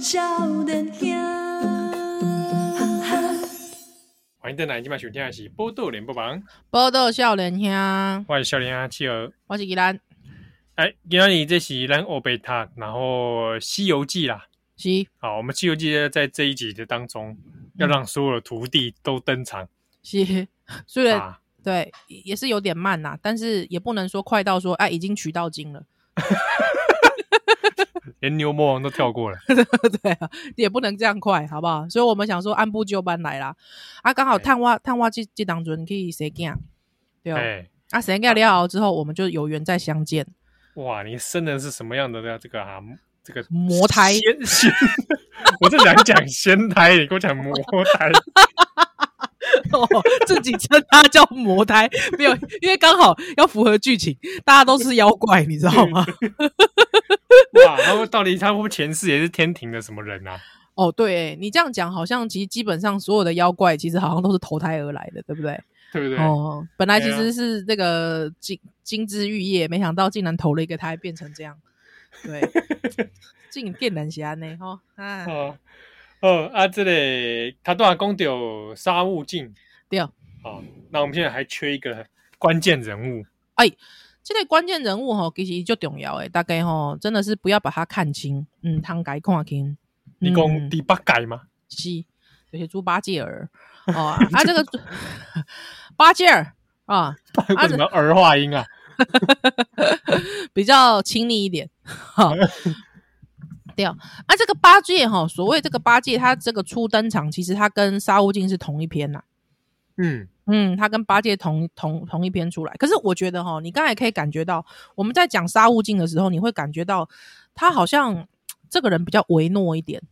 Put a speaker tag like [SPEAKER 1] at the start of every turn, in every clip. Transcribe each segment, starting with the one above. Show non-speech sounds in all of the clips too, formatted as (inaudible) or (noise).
[SPEAKER 1] 少年兄，哈哈。
[SPEAKER 2] 欢迎邓来，今晚收听的是《波豆联播榜》，
[SPEAKER 3] 报道少年兄，
[SPEAKER 2] 我是少年阿七儿。
[SPEAKER 3] 我是吉兰，
[SPEAKER 2] 哎，今天你这是咱欧贝塔，然后《西游记》啦。
[SPEAKER 3] 是
[SPEAKER 2] 好，我们《西游记》在这一集的当中，要让所有的徒弟都登场、
[SPEAKER 3] 是， (laughs) 虽然、
[SPEAKER 2] 啊！
[SPEAKER 3] 对也也是有点慢呐、但是也不能说快到说哎已经取到经了， (laughs)
[SPEAKER 2] 连牛魔王都跳过了。
[SPEAKER 3] 对啊，也不能这样快，好不好？所以我们想说按部就班来啦。啊，刚好
[SPEAKER 2] 对
[SPEAKER 3] 探挖探挖这这当中去谁干，对哦
[SPEAKER 2] 哎，
[SPEAKER 3] 啊谁干了后之后，我们就有缘再
[SPEAKER 2] (laughs)
[SPEAKER 3] 相见。
[SPEAKER 2] 哇，你生的是什么样的这个啊？这个
[SPEAKER 3] 魔胎
[SPEAKER 2] 仙仙， (laughs) 我正想讲仙胎，你给我讲魔
[SPEAKER 3] (laughs)
[SPEAKER 2] 胎。
[SPEAKER 3] 哦，自己称它叫魔胎，没有，因为刚好要符合剧情，大家都是妖怪，你知道吗？
[SPEAKER 2] 哇，他们到底他们前世也是天庭的什么人啊？
[SPEAKER 3] 哦，对欸，你这样讲，好像其实基本上所有的妖怪，其实好像都是投胎而来的，对不对？
[SPEAKER 2] 对不对？
[SPEAKER 3] 哦，本来
[SPEAKER 2] 对
[SPEAKER 3] 其
[SPEAKER 2] 啊
[SPEAKER 3] 实是那个金金枝玉叶，没想到竟然投了一个胎变成这样，
[SPEAKER 2] (laughs)
[SPEAKER 3] 对，竟变难侠呢，哦，啊，
[SPEAKER 2] 哦哦啊，这里他多少公有沙悟净
[SPEAKER 3] 对哦，
[SPEAKER 2] 哦，那我们现在还缺一个关键人物，
[SPEAKER 3] 嗯这类关键人物吼，其实就重要诶，大概吼，真的是不要把它看清，嗯，汤改看清，
[SPEAKER 2] 你
[SPEAKER 3] 嗯
[SPEAKER 2] 讲第八改
[SPEAKER 3] (laughs)
[SPEAKER 2] 吗？
[SPEAKER 3] 是有些猪八戒儿
[SPEAKER 2] (laughs)
[SPEAKER 3] 哦啊，这个猪 (laughs) 八戒儿啊，
[SPEAKER 2] 为什么儿化音啊？
[SPEAKER 3] 比较亲密一点。哈，对哦，啊，这个八戒哈，所谓这个八戒，他这个初登场，其实他跟沙悟净是同一篇呐、
[SPEAKER 2] 嗯，
[SPEAKER 3] 嗯，他跟八戒同同同一篇出来。可是我觉得哈，你刚才可以感觉到，我们在讲沙悟净的时候，你会感觉到他好像这个人比较唯诺一点。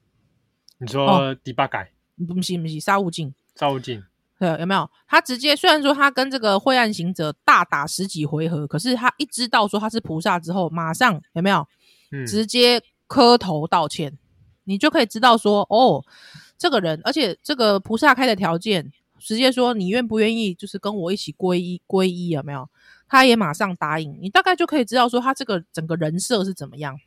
[SPEAKER 2] 你
[SPEAKER 3] 哦
[SPEAKER 2] 说第八改
[SPEAKER 3] 不是不是，沙悟净
[SPEAKER 2] 沙悟净，
[SPEAKER 3] 对，有没有？他直接虽然说他跟这个晦暗行者大打十几回合，可是他一知道说他是菩萨之后，马上有没有？
[SPEAKER 2] 嗯，
[SPEAKER 3] 直接磕头道歉，你就可以知道说，哦，这个人，而且这个菩萨开的条件，直接说你愿不愿意，就是跟我一起皈依皈依，有没有？他也马上答应，你大概就可以知道说他这个整个人设是怎么样，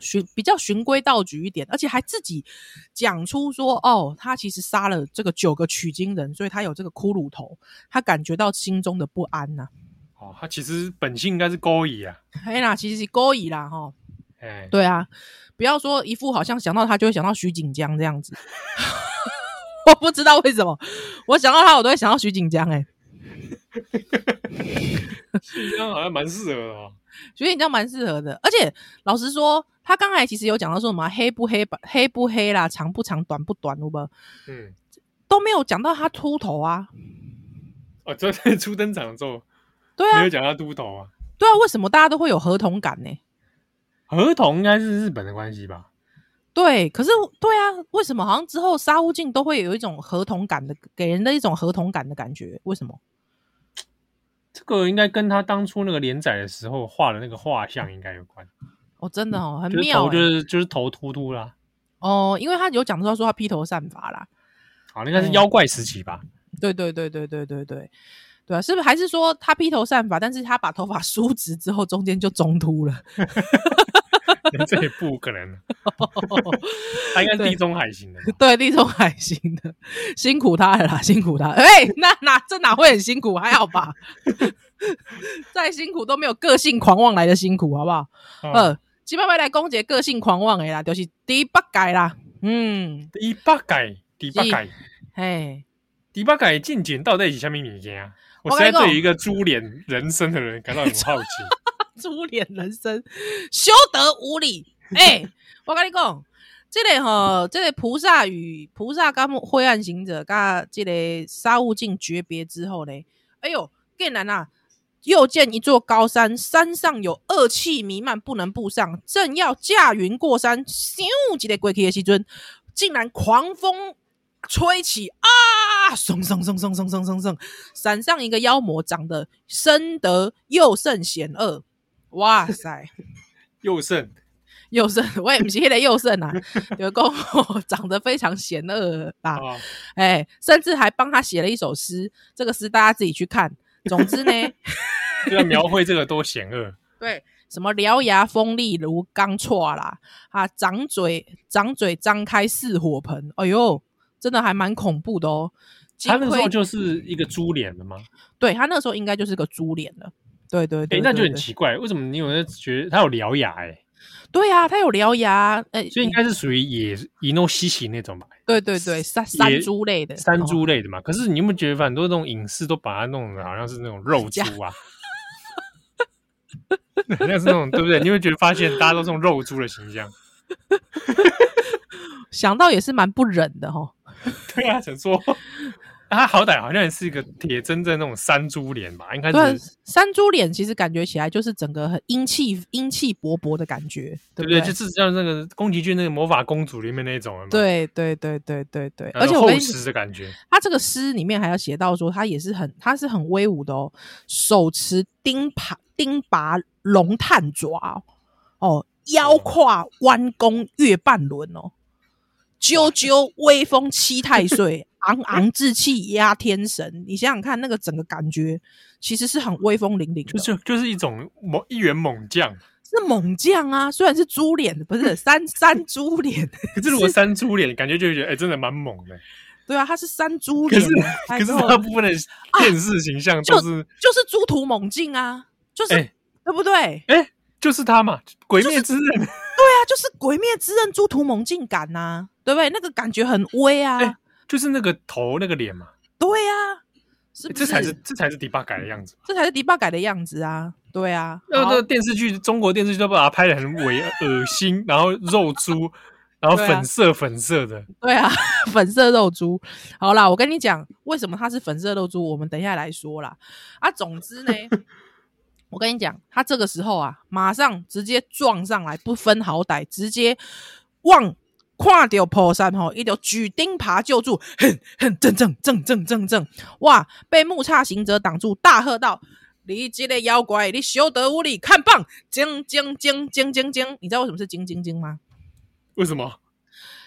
[SPEAKER 3] 循比较循规蹈矩一点，而且还自己讲出说，哦，他其实杀了这个九个取经人，所以他有这个骷髅头，他感觉到心中的不安呐、
[SPEAKER 2] 哦，他其实本性应该是勾引啊，
[SPEAKER 3] 哎啦，其实是勾引啦，哈，
[SPEAKER 2] 哎，
[SPEAKER 3] 对啊，不要说一副好像想到他就会想到徐锦江这样子， (laughs) 我不知道为什么，我想到他我都会想到徐锦江、欸。哎，
[SPEAKER 2] 这样好像蛮适合的哦。
[SPEAKER 3] 徐锦江蛮适合的，而且老实说，他刚才其实有讲到说什么黑不黑吧，黑不黑啦，长不长，短不短，我们
[SPEAKER 2] 嗯，
[SPEAKER 3] 都没有讲到他秃头啊。
[SPEAKER 2] 哦，昨天初登场的时候
[SPEAKER 3] 对
[SPEAKER 2] 没
[SPEAKER 3] 啊
[SPEAKER 2] 有，讲到秃头啊，
[SPEAKER 3] 对啊，为什么大家都会有合同感呢、
[SPEAKER 2] 合同应该是日本的关系吧？
[SPEAKER 3] 对，可是对啊，为什么好像之后沙悟净都会有一种合同感的，给人的一种合同感的感觉？为什么？
[SPEAKER 2] 这个应该跟他当初那个连载的时候画的那个画像应该有关，
[SPEAKER 3] 哦，真的哦，很
[SPEAKER 2] 就是
[SPEAKER 3] 妙、
[SPEAKER 2] 头
[SPEAKER 3] 欸。
[SPEAKER 2] 就是就是头秃秃啦。
[SPEAKER 3] 哦，因为他有讲到说他披头散发啦，
[SPEAKER 2] 好，应该是
[SPEAKER 3] 嗯
[SPEAKER 2] 妖怪时期吧？
[SPEAKER 3] 对对对对对对对，对啊，是不是还是说他披头散发，但是他把头发梳直之后，中间就中秃了？ (laughs)
[SPEAKER 2] 连哎这也不可能，他应该是地中海型的
[SPEAKER 3] (laughs)
[SPEAKER 2] 吧。
[SPEAKER 3] 对，地中海型的，辛苦他了啦，辛苦他了。哎、那哪这哪会很辛苦？还好吧， (laughs) 再辛苦都没有个性狂妄来的辛苦，好不好？
[SPEAKER 2] 嗯，
[SPEAKER 3] 呃，基本上来攻击个性狂妄的啦，就是第八改啦，嗯，
[SPEAKER 2] 第八改，第八改，
[SPEAKER 3] 嘿。
[SPEAKER 2] 第八改进检到底是什么物件啊？我
[SPEAKER 3] 我
[SPEAKER 2] 实
[SPEAKER 3] 跟
[SPEAKER 2] 在
[SPEAKER 3] 你讲
[SPEAKER 2] 对一个猪脸人生的人感到很好
[SPEAKER 3] (laughs)
[SPEAKER 2] 奇。
[SPEAKER 3] 猪脸人生，休得无礼！哎、我跟你讲，这个吼，这个菩萨与菩萨跟灰暗行者跟这个沙悟净诀别之后呢，哎呦，竟然啊，又见一座高山，山上有恶气弥漫，不能步上，正要驾云过山，咻，一个过去的时阵，竟然狂风。吹起啊！嗖嗖嗖嗖嗖嗖嗖嗖！山上一个妖魔长得深得又甚险恶，哇塞，
[SPEAKER 2] 右胜，
[SPEAKER 3] 佑胜， (laughs) 我也不是迄个
[SPEAKER 2] (laughs)
[SPEAKER 3] 佑胜啊，有公长得非常险恶啊，
[SPEAKER 2] 啊，
[SPEAKER 3] 哎、甚至还帮他写了一首诗，
[SPEAKER 2] (laughs)
[SPEAKER 3] 这个诗大家自己去看。总之呢， (laughs)
[SPEAKER 2] 就要描绘这个多险恶。
[SPEAKER 3] 对，什么獠牙锋利如钢歘啦，啊，掌嘴掌嘴张开似火盆，哎呦，真的还蛮恐怖的哦。
[SPEAKER 2] 他那个
[SPEAKER 3] 金盔
[SPEAKER 2] 时候就是一个猪脸的嘛，
[SPEAKER 3] 对他那时候应该就是个猪脸了。对对
[SPEAKER 2] 哎、
[SPEAKER 3] 对
[SPEAKER 2] 那就
[SPEAKER 3] 对
[SPEAKER 2] 很
[SPEAKER 3] 对
[SPEAKER 2] 奇怪，为什么你有人觉得他有獠牙、欸？哎，
[SPEAKER 3] 对啊，他有獠牙，哎、
[SPEAKER 2] 所以应该是属于野野诺西奇那种吧，
[SPEAKER 3] 对对对，山山
[SPEAKER 2] 也
[SPEAKER 3] 猪类的，
[SPEAKER 2] 山
[SPEAKER 3] 哦
[SPEAKER 2] 猪类的嘛。可是你有没有觉得很多那种影视都把它弄得好像是那种肉猪啊？好像是那种对不对？你会觉得发现大家都是那种肉猪的形象。 (laughs)
[SPEAKER 3] 想到也是蛮不忍的哦哈。
[SPEAKER 2] 对啊，想说他好歹好像也是一个铁铮铮那种山猪脸吧，应该
[SPEAKER 3] 对啊
[SPEAKER 2] 是，
[SPEAKER 3] 山猪脸其实感觉起来就是整个很英气、英气勃勃的感觉，
[SPEAKER 2] 对不
[SPEAKER 3] 对不
[SPEAKER 2] 对？
[SPEAKER 3] 对？
[SPEAKER 2] 就是像那个宫崎骏那个魔法公主里面那种有没有，
[SPEAKER 3] 对对对对对对，
[SPEAKER 2] 然后
[SPEAKER 3] 而且我
[SPEAKER 2] 厚
[SPEAKER 3] 跟你
[SPEAKER 2] 实的感
[SPEAKER 3] (laughs)
[SPEAKER 2] 觉，
[SPEAKER 3] 他这个诗里面还要写到说，他也是很他是很威武的哦，手持钉耙钉耙龙探爪哦，哦腰胯弯弓月半轮哦，赳赳威风七
[SPEAKER 2] (laughs)
[SPEAKER 3] 太岁，昂昂志气压天神。你想想看，那个整个感觉其实是很威风凛凛的，哦
[SPEAKER 2] 就是就是一种猛一员猛将。
[SPEAKER 3] 是猛将啊。虽然是猪脸，
[SPEAKER 2] (laughs)
[SPEAKER 3] 不是山山猪脸，
[SPEAKER 2] 可是如果山猪脸，感觉就会觉得哎、真的蛮猛的。
[SPEAKER 3] 对啊，他是山猪
[SPEAKER 2] 可
[SPEAKER 3] 脸
[SPEAKER 2] 是
[SPEAKER 3] 啊，
[SPEAKER 2] 可
[SPEAKER 3] 哎
[SPEAKER 2] 是
[SPEAKER 3] 呦
[SPEAKER 2] 大部分的电视形象都是
[SPEAKER 3] 啊就是猪突猛进啊，就是、
[SPEAKER 2] 哎
[SPEAKER 3] 对不对？
[SPEAKER 2] 哎、就是他嘛，《鬼灭之刃》
[SPEAKER 3] 对啊，就是《鬼灭之刃》猪图猛进感呐、对不对？那个感觉很威啊，
[SPEAKER 2] 哎就是那个头那个脸嘛，
[SPEAKER 3] 对啊，是不
[SPEAKER 2] 哎这才是
[SPEAKER 3] 是
[SPEAKER 2] 这才是第八改的样子。
[SPEAKER 3] 这才是迪巴改的样子啊，对啊，
[SPEAKER 2] 那
[SPEAKER 3] 好
[SPEAKER 2] 个电视剧，中国电视剧都把它拍的很伪恶心，然后肉猪，然后
[SPEAKER 3] (laughs) 对啊
[SPEAKER 2] 粉色粉色的，
[SPEAKER 3] (laughs) 对啊，粉色肉猪。好啦，我跟你讲，为什么它是粉色肉猪，我们等一下来说啦。啊，总之呢，我跟你讲，他这个时候啊，马上直接撞上来，不分好歹，直接往。跨掉破山吼，一条举钉耙救助，哼哼，正正正正正正，哇！被木叉行者挡住，大喝道：“你这个妖怪，你休得无礼！看棒，精精精精精精！你知道为什么是精精精吗？
[SPEAKER 2] 为什么？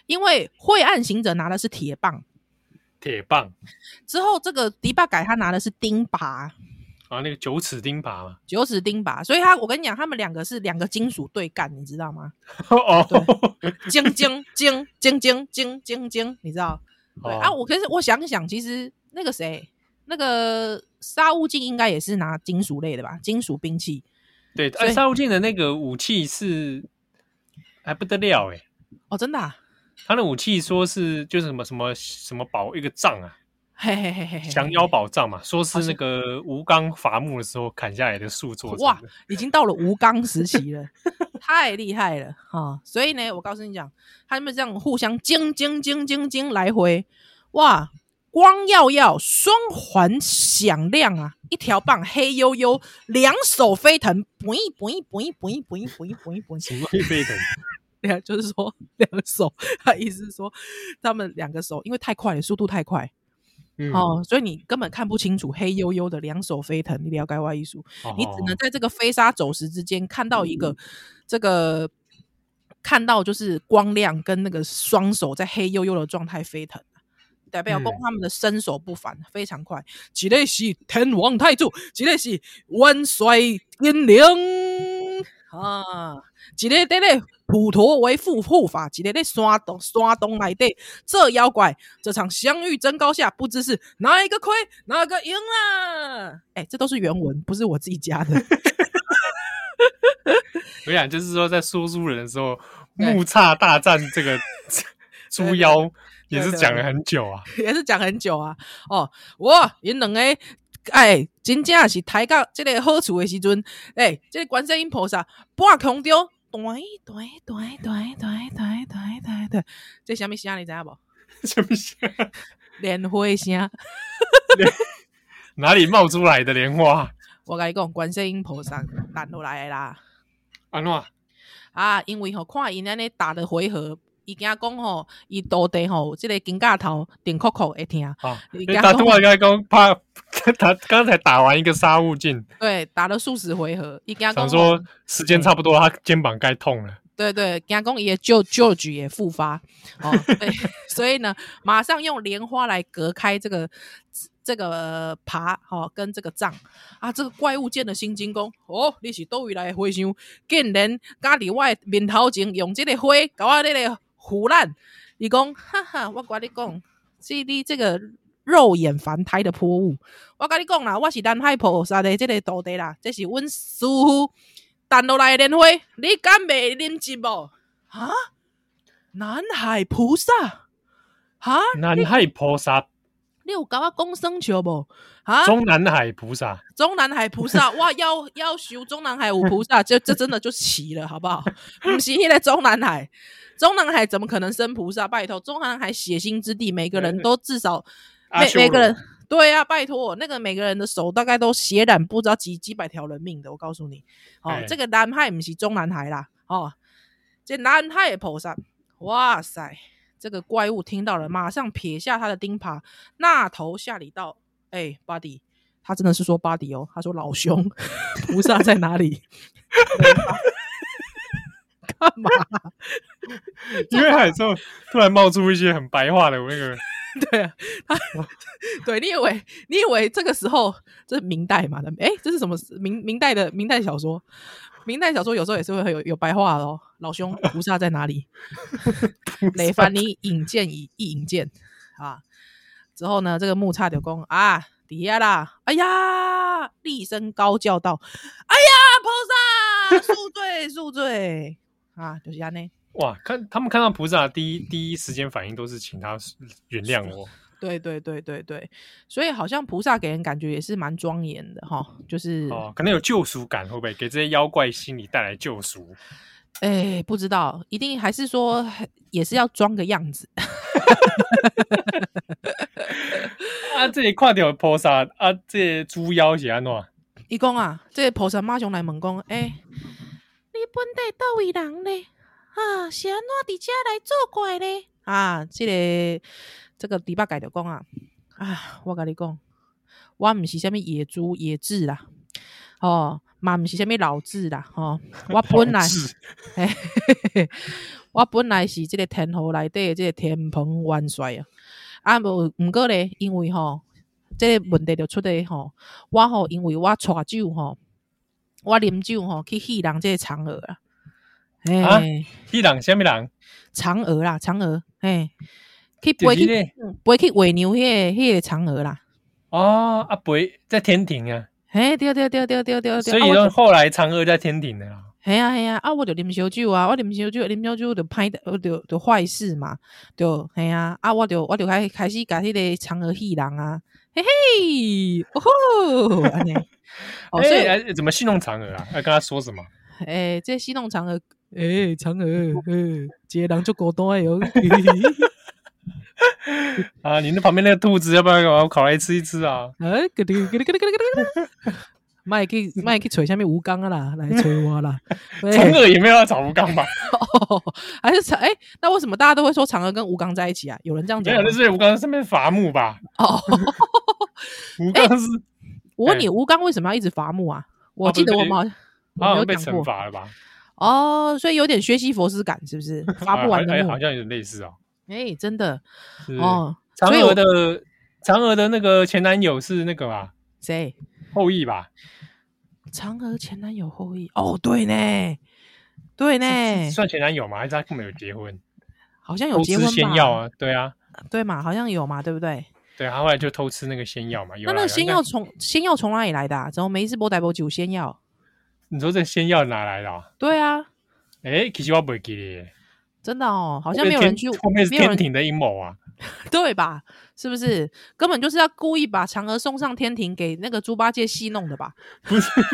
[SPEAKER 3] 因为晦暗行者拿的是铁棒，
[SPEAKER 2] 铁棒
[SPEAKER 3] 之后这个迪巴改他拿的是钉耙，
[SPEAKER 2] 啊，那个九齿钉耙嘛。
[SPEAKER 3] 九齿钉耙，所以他我跟你讲，他们两个是两个金属对干，你知道吗？
[SPEAKER 2] 哦，
[SPEAKER 3] 晶晶晶晶晶晶晶晶，你知道？对、
[SPEAKER 2] 哦
[SPEAKER 3] 啊，我可是我想想，其实那个谁，那个沙悟净应该也是拿金属类的吧，金属兵器。
[SPEAKER 2] 对，
[SPEAKER 3] 所
[SPEAKER 2] 哎，
[SPEAKER 3] 以
[SPEAKER 2] 沙悟净的那个武器是还不得了哎，
[SPEAKER 3] 哦，真的、啊，
[SPEAKER 2] 他的武器说是就是什么什么什么宝一个杖啊，
[SPEAKER 3] 嘿嘿嘿嘿嘿，
[SPEAKER 2] 降妖宝杖嘛，说是那个吴刚伐木的时候砍下来的树做成的
[SPEAKER 3] 哇，已经到了吴刚时期了，太厉害了哈、所以呢，我告诉你讲，他们这样互相惊惊惊惊惊来回，哇，光耀耀，双环响亮啊，一条棒黑黝黝，两手飞腾，不一不一不一不一不一不一不一不一，
[SPEAKER 2] 什么会被等？
[SPEAKER 3] 对啊，就是说两手，他意思是说他们两个手因为太快了，速度太快、
[SPEAKER 2] 嗯，
[SPEAKER 3] 哦，所以你根本看不清楚黑黝黝的两手飞腾，你了解我意思？
[SPEAKER 2] 好
[SPEAKER 3] 你只能在这个飞沙走石之间看到一个这个看到就是光亮跟那个双手在黑黝黝的状态飞腾。代表公
[SPEAKER 2] 嗯
[SPEAKER 3] 他们的身手不凡，非常快。几类是天王太祖，几类是万岁英灵啊！一个在咧普陀为护护法，一个在山东山东来底，这妖怪这场相遇争高下，不知是哪一个亏哪个赢啦、哎、这都是原文，不是我自己加的。
[SPEAKER 2] 我想就是说，在说书人的时候，
[SPEAKER 3] 对
[SPEAKER 2] 木叉大战这
[SPEAKER 3] (laughs)
[SPEAKER 2] 个猪妖也是讲了很久啊。 (laughs)
[SPEAKER 3] 也是讲很久啊。哦，我因两个，哎，真正是抬到这个好处的时阵，哎，这个观世音菩萨半空中，对对对对对对对对对，这什么声你知道不？
[SPEAKER 2] 什么事
[SPEAKER 3] 莲花声。
[SPEAKER 2] 哪里冒出来的莲花？
[SPEAKER 3] 我跟你讲，观世音菩萨弹落来的啦。
[SPEAKER 2] 安诺，
[SPEAKER 3] 啊，因为吼、看因安尼打的回合，伊惊讲吼，伊到底吼，即、个肩胛头顶扣扣会疼。
[SPEAKER 2] 啊，
[SPEAKER 3] 你
[SPEAKER 2] 因为
[SPEAKER 3] 刚
[SPEAKER 2] 打突然刚刚怕他刚才打完一个杀悟镜，
[SPEAKER 3] 对，打了数十回合，伊惊
[SPEAKER 2] 想
[SPEAKER 3] 讲吼
[SPEAKER 2] 说时间差不多，他肩膀该痛了。
[SPEAKER 3] 对对，加工也旧旧局也复发哦，对，所以呢，马上用莲花来隔开这个这个爬哦，跟这个杖啊，这个怪物见了新金工哦，你是倒位来的灰箱，竟然家里我的面头前用这个火搞我这个腐烂，伊讲哈哈，我跟你讲，这你这个肉眼凡胎的泼物，我跟你讲啦，我是南海菩萨的这个徒弟啦，这是阮师傅弹落来的莲花，你敢袂啉一无？啊，南海菩萨，哈，
[SPEAKER 2] 南海菩萨，
[SPEAKER 3] 你有甲我讲生笑无？啊，
[SPEAKER 2] 中南海菩萨，
[SPEAKER 3] 中南海菩萨，哇，要要求中南海五菩萨，这这真的就齐了，好不好？不是现在中南海，中南海怎么可能生菩萨？拜托，中南海血腥之地，每个人都至少
[SPEAKER 2] 阿
[SPEAKER 3] 每
[SPEAKER 2] 啊修
[SPEAKER 3] 每个
[SPEAKER 2] 罗
[SPEAKER 3] 人，对啊，拜托，那个每个人的手大概都血染不知道几几百条人命的，我告诉你，哦，
[SPEAKER 2] 哎
[SPEAKER 3] 这个南海不是中南海啦，哦，这南海的菩萨，哇塞，这个怪物听到了，马上撇下他的钉耙，那头下里道，哎、巴迪。他真的是说巴迪哦，他说老兄， (laughs) 菩萨在哪里？ (laughs) 干嘛？
[SPEAKER 2] (laughs) 因为海之后突然冒出一些很白话的那个，
[SPEAKER 3] 对啊，他对你以为 (laughs) 你以为这个时候这是明代嘛？哎，这是什么明明代的明代小说？明代小说有时候也是会有有白话的哦。老兄，菩萨在哪 (laughs) 里？雷凡，你引荐一一引荐啊！之后呢，这个木叉就公啊，底下啦，哎呀，厉声高叫道：“哎呀，菩萨，恕罪，恕罪！”啊，就是安内，
[SPEAKER 2] 哇，看他们看到菩萨第一第一时间反应都是请他原谅我，
[SPEAKER 3] 对对对对对，所以好像菩萨给人感觉也是蛮庄严的哈，就是
[SPEAKER 2] 哦，可能有救赎感，会不会给这些妖怪心里带来救赎？
[SPEAKER 3] 哎，不知道，一定还是说也是要装个样子。 (laughs)
[SPEAKER 2] 啊，这里看到菩萨啊，这猪妖是安怎样？
[SPEAKER 3] 伊讲啊，这个菩萨马上来问讲，哎、你本地倒位人呢？啊，是安怎伫遮来作怪呢？啊，这个这个猪八戒就讲啊，啊，我甲你讲，我毋是啥物野猪野雉啦，哦，嘛毋是啥物老雉啦，哦，我本来
[SPEAKER 2] 老。子
[SPEAKER 3] (laughs) 嘿嘿嘿我本来是即个天河内底的即个天蓬元帅啊，啊无毋过咧，因为吼，即、个问题就出在吼，我吼因为我带酒吼，我啉酒吼去戏人即个嫦娥啊，嘿、
[SPEAKER 2] 啊迄人什么人？
[SPEAKER 3] 嫦娥啦，嫦娥，嘿、去
[SPEAKER 2] 就
[SPEAKER 3] 飞
[SPEAKER 2] 是
[SPEAKER 3] 去
[SPEAKER 2] 咧
[SPEAKER 3] 飞去喂牛迄、个迄、个嫦娥啦，
[SPEAKER 2] 哦，啊，肥在天庭啊，
[SPEAKER 3] 嘿、对对对对对对对，
[SPEAKER 2] 所以哦
[SPEAKER 3] 啊我
[SPEAKER 2] 说后来嫦娥在天庭的啦。
[SPEAKER 3] 系啊系啊，啊我就啉烧酒啊，我啉烧酒，啉烧酒就歹的，呃就就坏事嘛，就系啊，啊我就我就开开始甲迄个嫦娥戏人啊，嘿嘿，哦吼，安 (laughs) 尼，哦，所以
[SPEAKER 2] 哎、哎怎么戏弄嫦娥啊？要跟他说什么？
[SPEAKER 3] 诶、这戏弄嫦娥，诶、嫦娥，嗯、这个人足孤单诶哦哟，
[SPEAKER 2] 啊，你那旁边那个兔子，要不要给我烤来吃一吃啊？
[SPEAKER 3] (laughs) 啊，咯咯咯咯咯咯咯咯，卖去卖去找啥物吴刚啊啦，来找我 (laughs) 啦，
[SPEAKER 2] 嫦娥也没有要找吴刚
[SPEAKER 3] (laughs)
[SPEAKER 2] 吧？
[SPEAKER 3] 哦，还是嫦诶、那为什么大家都会说嫦娥跟吴刚在一起啊？有人这样
[SPEAKER 2] 没
[SPEAKER 3] 讲
[SPEAKER 2] 有，
[SPEAKER 3] 吗？
[SPEAKER 2] 那是吴刚上面伐木吧？
[SPEAKER 3] 哦。
[SPEAKER 2] 吴刚是、
[SPEAKER 3] 我哎问你，吴刚为什么要一直伐木啊？
[SPEAKER 2] 哦
[SPEAKER 3] 我记得我们好像
[SPEAKER 2] 好像哦
[SPEAKER 3] 我没有
[SPEAKER 2] 啊被
[SPEAKER 3] 讲
[SPEAKER 2] 惩
[SPEAKER 3] 过
[SPEAKER 2] 罚了吧？
[SPEAKER 3] 哦，所以有点学习佛斯感，是不
[SPEAKER 2] (laughs)
[SPEAKER 3] 是？伐不完
[SPEAKER 2] 哎、
[SPEAKER 3] 的
[SPEAKER 2] 哎
[SPEAKER 3] 木
[SPEAKER 2] 好，像有点类似哦。
[SPEAKER 3] 哎，真的
[SPEAKER 2] 是
[SPEAKER 3] 哦。所
[SPEAKER 2] 嫦
[SPEAKER 3] 以
[SPEAKER 2] 娥
[SPEAKER 3] 我
[SPEAKER 2] 的嫦娥的那个前男友是那个吧？
[SPEAKER 3] 谁？
[SPEAKER 2] 后羿吧？
[SPEAKER 3] 嫦娥前男友后羿哦，对呢，对呢，
[SPEAKER 2] 算前男友吗？还是他根本有结婚？
[SPEAKER 3] 好像哎有
[SPEAKER 2] 偷
[SPEAKER 3] 结
[SPEAKER 2] 吃
[SPEAKER 3] 婚
[SPEAKER 2] 仙药
[SPEAKER 3] 吧？
[SPEAKER 2] 啊？对啊，
[SPEAKER 3] 对嘛，好像有嘛，对不对？
[SPEAKER 2] 对，啊他后来就偷吃那个仙药嘛。有
[SPEAKER 3] 那那
[SPEAKER 2] 啦
[SPEAKER 3] 个
[SPEAKER 2] 有啊
[SPEAKER 3] 仙
[SPEAKER 2] 应该
[SPEAKER 3] 药从仙药从哪里来的啊？怎么每一次波代波九仙药？
[SPEAKER 2] 你说这仙药哪来的、啊？
[SPEAKER 3] 对啊，
[SPEAKER 2] 哎、其实我不记得耶，
[SPEAKER 3] 真的哦，好
[SPEAKER 2] 好
[SPEAKER 3] 像没有人去，
[SPEAKER 2] 后面是
[SPEAKER 3] 没有
[SPEAKER 2] 天
[SPEAKER 3] 人
[SPEAKER 2] 庭的阴谋啊！
[SPEAKER 3] 对吧？是不是根本就是要故意把嫦娥送上天庭给那个猪八戒戏弄的吧？
[SPEAKER 2] 不是吧，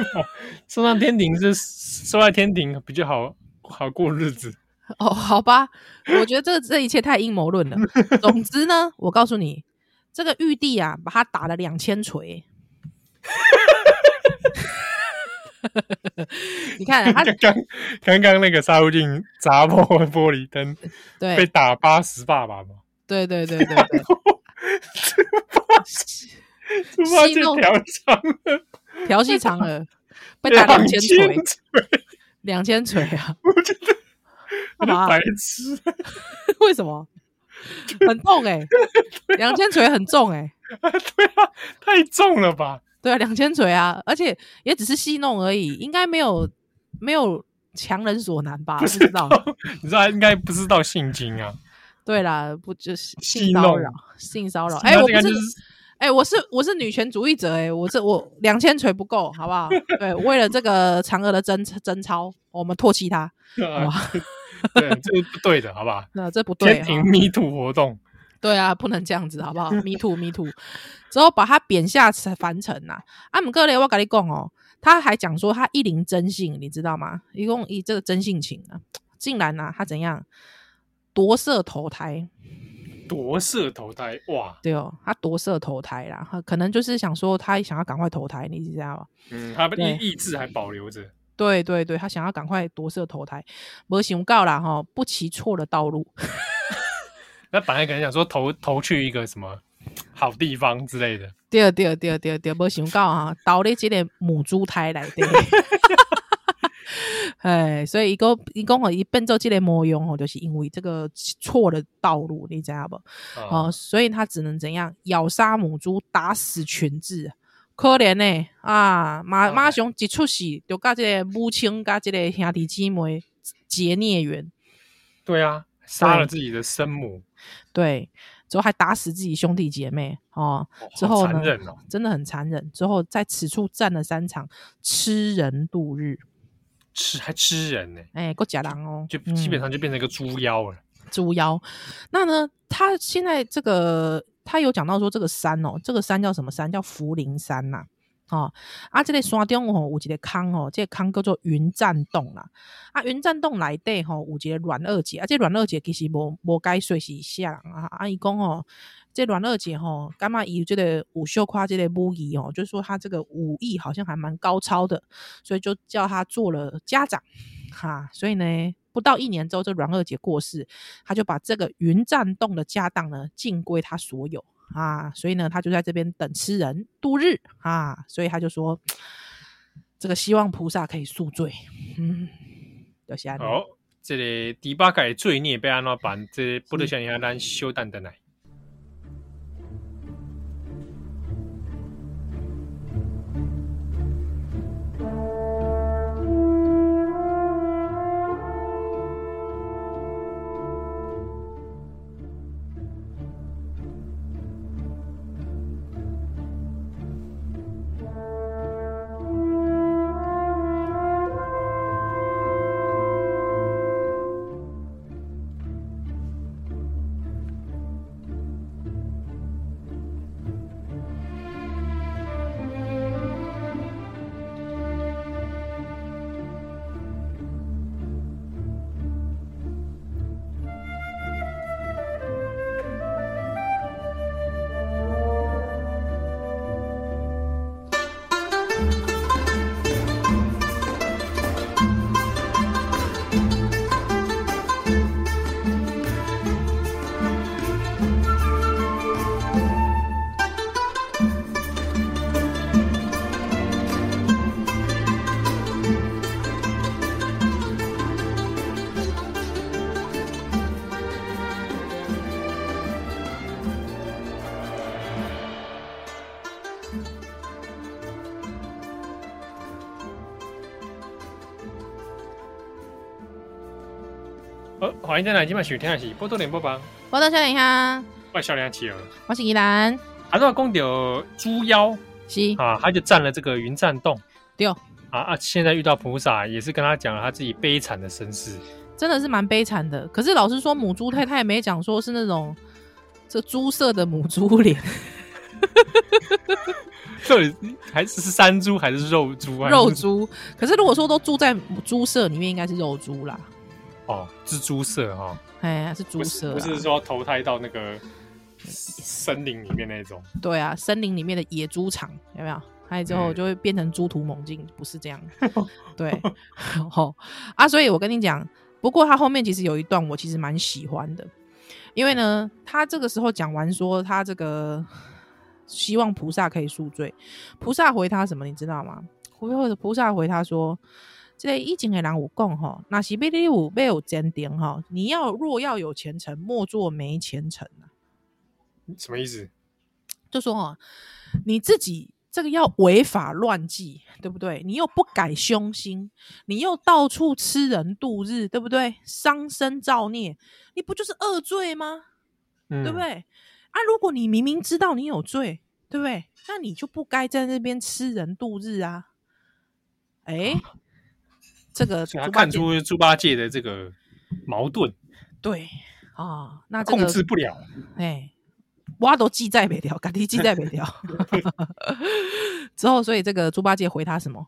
[SPEAKER 2] 送上天庭是送在天庭比较好好过日子。
[SPEAKER 3] 哦，好吧，我觉得这这一切太阴谋论了。总之呢，我告诉你，这个玉帝啊，把他打了两千锤。 (laughs) 你看啊他
[SPEAKER 2] (laughs) 刚刚刚刚那个沙悟净砸破 (laughs) 玻璃灯，被
[SPEAKER 3] 对
[SPEAKER 2] 打八十爸爸嘛，
[SPEAKER 3] 对对对对对，
[SPEAKER 2] 猪八戒
[SPEAKER 3] 戏弄
[SPEAKER 2] 嫖娼了
[SPEAKER 3] 调戏嫦娥被打两千锤，
[SPEAKER 2] 2000
[SPEAKER 3] 两千锤啊！
[SPEAKER 2] (laughs) 我觉得 (laughs)
[SPEAKER 3] 干嘛
[SPEAKER 2] 白痴， (laughs) 啊
[SPEAKER 3] 为什么？很痛哎、欸，两千锤很重哎、欸，
[SPEAKER 2] 对啊，太重了吧？
[SPEAKER 3] 对啊，两千锤啊，而
[SPEAKER 2] (laughs)
[SPEAKER 3] 且也只是戏弄而已，应该没有没有强人所难吧？不知道，
[SPEAKER 2] 你嗯知道他应该不知道性经啊？
[SPEAKER 3] 对啦，不就是性
[SPEAKER 2] 戏
[SPEAKER 3] 骚
[SPEAKER 2] 弄
[SPEAKER 3] 扰？性骚扰？
[SPEAKER 2] 性
[SPEAKER 3] 哎、
[SPEAKER 2] 骚
[SPEAKER 3] 我
[SPEAKER 2] 这个
[SPEAKER 3] 不是
[SPEAKER 2] 就是，
[SPEAKER 3] 哎、我是我是女权主义者、哎，我
[SPEAKER 2] (laughs)
[SPEAKER 3] 这我两千锤不够，好不好？对，为了这个嫦娥的贞贞操，我们唾弃他，
[SPEAKER 2] 啊
[SPEAKER 3] 哇
[SPEAKER 2] 对，这是不对的，好吧？
[SPEAKER 3] (laughs) 那、这不 (laughs) 对啊
[SPEAKER 2] 天庭
[SPEAKER 3] 哈。
[SPEAKER 2] 迷途活动，
[SPEAKER 3] 对啊，不能这样子，好不好？Me too, me too。之后把他贬下凡尘呐、啊。阿姆哥嘞，我跟你讲哦，他还讲说他一零真性，你知道吗？一共以这个真性情啊，竟然呐、啊，他怎样夺舍投胎？
[SPEAKER 2] (laughs) 夺舍投胎，哇，
[SPEAKER 3] 对哦，他夺舍投胎啦，他可能就是想说他想要赶快投胎，你知道吗？
[SPEAKER 2] 嗯，他
[SPEAKER 3] 对
[SPEAKER 2] 意意志还保留着，
[SPEAKER 3] 对对对，他想要赶快夺舍投胎，没想到啦哈，不骑错了道路。
[SPEAKER 2] 那本来可能想说投投去一个什么好地方之类的，
[SPEAKER 3] 对对对对对，无想到啊，倒咧即个母猪胎内底。 (laughs) 哎，所以伊个伊讲吼，伊变做即个模样吼，就是因为这个错的道路，你知道不？
[SPEAKER 2] 啊
[SPEAKER 3] 哦，所以他只能怎样咬杀母猪，打死全智，啊可怜呢、啊！马马上一出世就甲即个母亲甲即个兄弟姊妹结孽缘，
[SPEAKER 2] 对啊，杀了
[SPEAKER 3] 对
[SPEAKER 2] 自己的生母，
[SPEAKER 3] 对，之后还打死自己兄弟姐妹哦，
[SPEAKER 2] 哦
[SPEAKER 3] 之
[SPEAKER 2] 好
[SPEAKER 3] 后呢
[SPEAKER 2] 残忍哦，
[SPEAKER 3] 真的很残忍。之后在此处站了三场，吃人度日，
[SPEAKER 2] 吃还吃人呢、
[SPEAKER 3] 哎、够假狼哦，
[SPEAKER 2] 就基本
[SPEAKER 3] 嗯
[SPEAKER 2] 上就变成一个猪妖了。
[SPEAKER 3] 猪妖。那呢，他现在这个他有讲到说这个山哦，这个山叫什么山？叫福林山呐、哦，啊，这个山中吼有一个坑哦，这个坑叫做云栈洞啦。啊，云栈洞内底吼有一个阮二姐，啊，这阮二姐其实无无解说是啥人啊。啊，伊讲吼，这阮二姐吼，干嘛伊有这个武秀夸这个武艺哦，就是说她这个武艺好像还蛮高超的，所以就叫她做了家长哈、所以呢，不到一年之后，这阮二姐过世，他就把这个云栈洞的家当呢尽归他所有啊，所以呢，他就在这边等吃人度日啊，所以他就说，这个希望菩萨可以赎罪，嗯，就是安尼
[SPEAKER 2] 好，这个第八个罪孽被安怎办？这个不得像人家咱修蛋啊的奶。好，欢迎再来，今晚收听的是《波多连播帮》，
[SPEAKER 3] 我到小林哈，
[SPEAKER 2] 我小梁企鹅。
[SPEAKER 3] 我是宜兰，
[SPEAKER 2] 韩若公有猪妖
[SPEAKER 3] 是
[SPEAKER 2] 啊，他就占了这个云栈洞
[SPEAKER 3] 对，哦
[SPEAKER 2] 啊啊！现在遇到菩萨，也是跟他讲了他自己悲惨的身世。
[SPEAKER 3] 真的是蛮悲惨的。可是老实说，母猪太太也没讲说是那种这猪色的母
[SPEAKER 2] (laughs)
[SPEAKER 3] 猪脸，
[SPEAKER 2] 到底还是是山猪还是肉猪啊？
[SPEAKER 3] 肉猪。可是如果说都住在猪舍里面，应该是肉猪啦。
[SPEAKER 2] 哦，是猪色哈、哦，
[SPEAKER 3] 哎呀，是猪
[SPEAKER 2] 不是
[SPEAKER 3] 舍、啊
[SPEAKER 2] 不是说投胎到那个森林里面那种。
[SPEAKER 3] 对啊，森林里面的野猪场有没有？还有之后
[SPEAKER 2] 嗯
[SPEAKER 3] 就会变成猪途猛进，不是这样。对， (laughs) 吼啊，所以我跟你讲，不过他后面其实有一段我其实蛮喜欢的，因为呢，他这个时候讲完说他这个希望菩萨可以赎罪，菩萨回他什么你知道吗？或者菩萨回他说。这个以前的人有讲吼，那是被你有被有坚定吼，你要若要有前程，莫做没前程啊
[SPEAKER 2] 什么意思？
[SPEAKER 3] 就说哈，你自己这个要违法乱纪，对不对？你又不改凶心，你又到处吃人度日，对不对？伤身造孽，你不就是恶罪吗？
[SPEAKER 2] 嗯
[SPEAKER 3] 对不？对？啊，如果你明明知道你有罪，对不对？那你就不该在那边吃人度日啊！哎，这个
[SPEAKER 2] 所以他
[SPEAKER 3] 猪八
[SPEAKER 2] 啊看
[SPEAKER 3] 戒
[SPEAKER 2] 出猪八戒的这个矛盾，
[SPEAKER 3] 对啊，那这
[SPEAKER 2] 控
[SPEAKER 3] 个
[SPEAKER 2] 制不了。
[SPEAKER 3] 哎，我都记在没了，赶紧记在没了。之后，所以这个猪八戒回他什么？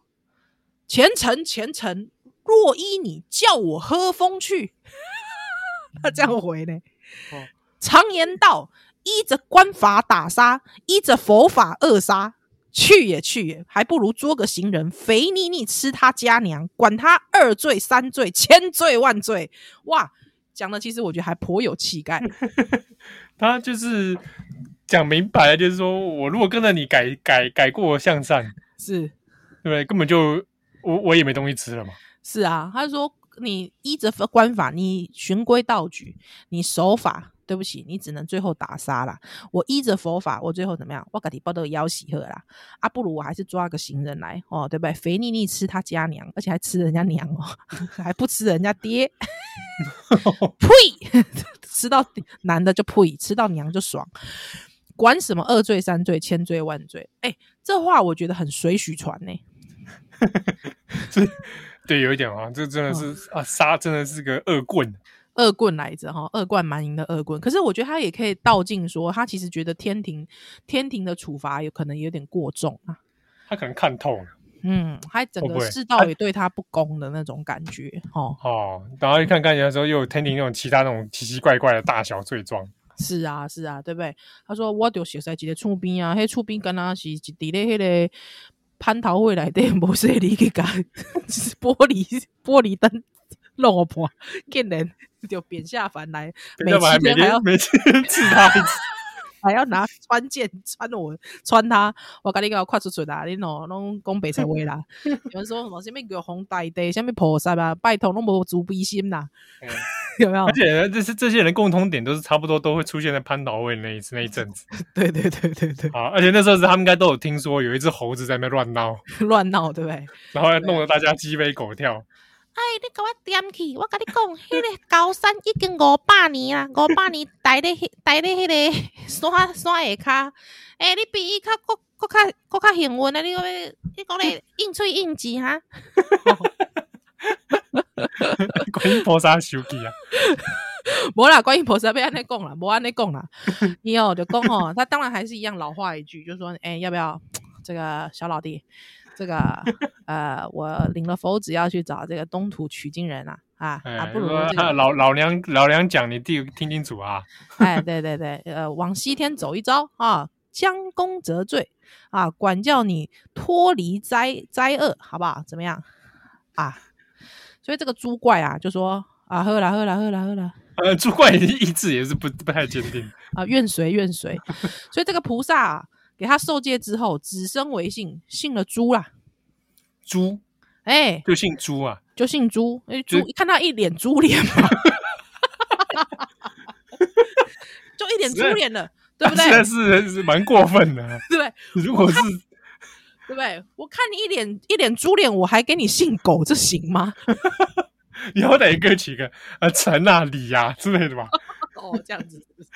[SPEAKER 3] 前程前程，若依你叫我喝风去， (laughs) 他这样回呢
[SPEAKER 2] 哦。
[SPEAKER 3] 常言道，依着官法打杀，依着佛法扼杀。去也去也，还不如捉个行人，肥腻腻吃他家娘，管他二罪三罪千罪万罪。哇，讲的其实我觉得还颇有气概。
[SPEAKER 2] 他就是讲明白了，就是说我如果跟着你改改改过向善，
[SPEAKER 3] 是
[SPEAKER 2] 对不对？根本就我我也没东西吃了嘛。
[SPEAKER 3] 是啊，他说你依着官法，你循规蹈矩，你守法，对不起，你只能最后打杀啦。我依着佛法，我最后怎么样？我给你报到腰喜喝啦，啊，不如我还是抓个行人来哦，对不对？肥腻腻吃他家娘，而且还吃人家娘哦， (laughs) 还不吃人家爹，呸！ (laughs) 吃到男的就呸，吃到娘就爽。管什么二罪三罪千罪万罪？哎、这话我觉得很水许传呢、
[SPEAKER 2] 对，有一点啊，这真的是、
[SPEAKER 3] 嗯
[SPEAKER 2] 啊，杀真的是个恶棍。
[SPEAKER 3] 恶棍来着哈，恶贯满盈的恶棍。可是我觉得他也可以道尽说，他其实觉得天庭天庭的处罚有可能有点过重啊。
[SPEAKER 2] 他可能看透了
[SPEAKER 3] 嗯，还整
[SPEAKER 2] 会不
[SPEAKER 3] 个
[SPEAKER 2] 会啊
[SPEAKER 3] 世道也对他不公的那种感觉哦。
[SPEAKER 2] 哦，然后一看看有的时候又有天庭那种其他那种奇奇怪怪的大小罪状，
[SPEAKER 3] 是啊，是啊，对不对？他说我就写在一个厝边啊，迄厝边敢若是一伫咧迄个蟠桃会内底无说你去甲 (laughs) 玻璃玻璃灯弄我破，竟然就贬下凡来，每
[SPEAKER 2] 要不然
[SPEAKER 3] 七
[SPEAKER 2] 每
[SPEAKER 3] 天还要
[SPEAKER 2] 天 (laughs) 每天刺他一次。
[SPEAKER 3] 还要拿穿剑穿我穿他，我跟你讲快出出啦！你喏，拢讲白菜话啦。你们说什么？什么叫红大地？什么菩萨啊？拜托，拢无慈悲心啦，
[SPEAKER 2] 嗯
[SPEAKER 3] (laughs) 有没有
[SPEAKER 2] 而？且这是这些人共同点都是差不多都会出现在蟠桃会那一次那一阵
[SPEAKER 3] (laughs)
[SPEAKER 2] 子
[SPEAKER 3] 对对对对对，
[SPEAKER 2] 啊，而且那时候是他们应该都有听说有一只猴子在那边乱闹，
[SPEAKER 3] 乱闹对不对？
[SPEAKER 2] 然后弄得大家鸡飞狗跳。
[SPEAKER 4] 哎，你给我点去！我跟你讲，迄、个高山已经五百年啊，五百年待咧迄待咧迄个 (laughs) 山山下骹。哎、你比伊较搁搁较搁较幸运啊！你讲要你讲咧应嘴应舌哈？
[SPEAKER 2] (laughs) 观音菩萨手机啊，
[SPEAKER 3] 无啦，观音菩萨被安尼讲啦，无安尼讲啦。你哦，就讲哦，他当然还是一样老话一句，就说，哎、要不要这个小老弟，这个呃，我领了佛旨要去找这个东土取经人啊啊啊，
[SPEAKER 2] 哎
[SPEAKER 3] 不如
[SPEAKER 2] 说 (laughs)
[SPEAKER 3] 这个
[SPEAKER 2] 老老娘老娘讲，你弟听清楚啊，
[SPEAKER 3] (laughs) 哎，对对对，呃，往西天走一遭啊，将功折罪啊，管教你脱离灾灾厄，好不好？怎么样啊？所以这个猪怪啊，就说啊，喝啦喝啦喝啦喝啦
[SPEAKER 2] (laughs) 呃，猪怪意志也是不不太坚 (laughs) 定，
[SPEAKER 3] 啊，愿随愿随。所以这个菩萨、啊、给他受戒之后，只生为信，信了猪啦，
[SPEAKER 2] 猪
[SPEAKER 3] 哎，
[SPEAKER 2] 就姓猪啊，
[SPEAKER 3] 就姓朱，哎，
[SPEAKER 2] 就
[SPEAKER 3] 朱一看他一脸猪脸
[SPEAKER 2] (laughs)
[SPEAKER 3] 嘛，就一脸猪
[SPEAKER 2] 实在 (laughs)
[SPEAKER 3] 脸了，对不
[SPEAKER 2] 实在
[SPEAKER 3] 对？
[SPEAKER 2] 是是蛮过分的 (laughs) 啊。
[SPEAKER 3] 对不对？
[SPEAKER 2] 如果是
[SPEAKER 3] 对不对？我看你一脸一脸猪脸，我还给你姓狗，这行吗？
[SPEAKER 2] 你好歹也给我取个啊陈啊李啊 (laughs) 之类的吧，
[SPEAKER 3] 哦，这样子是不 (laughs) 是，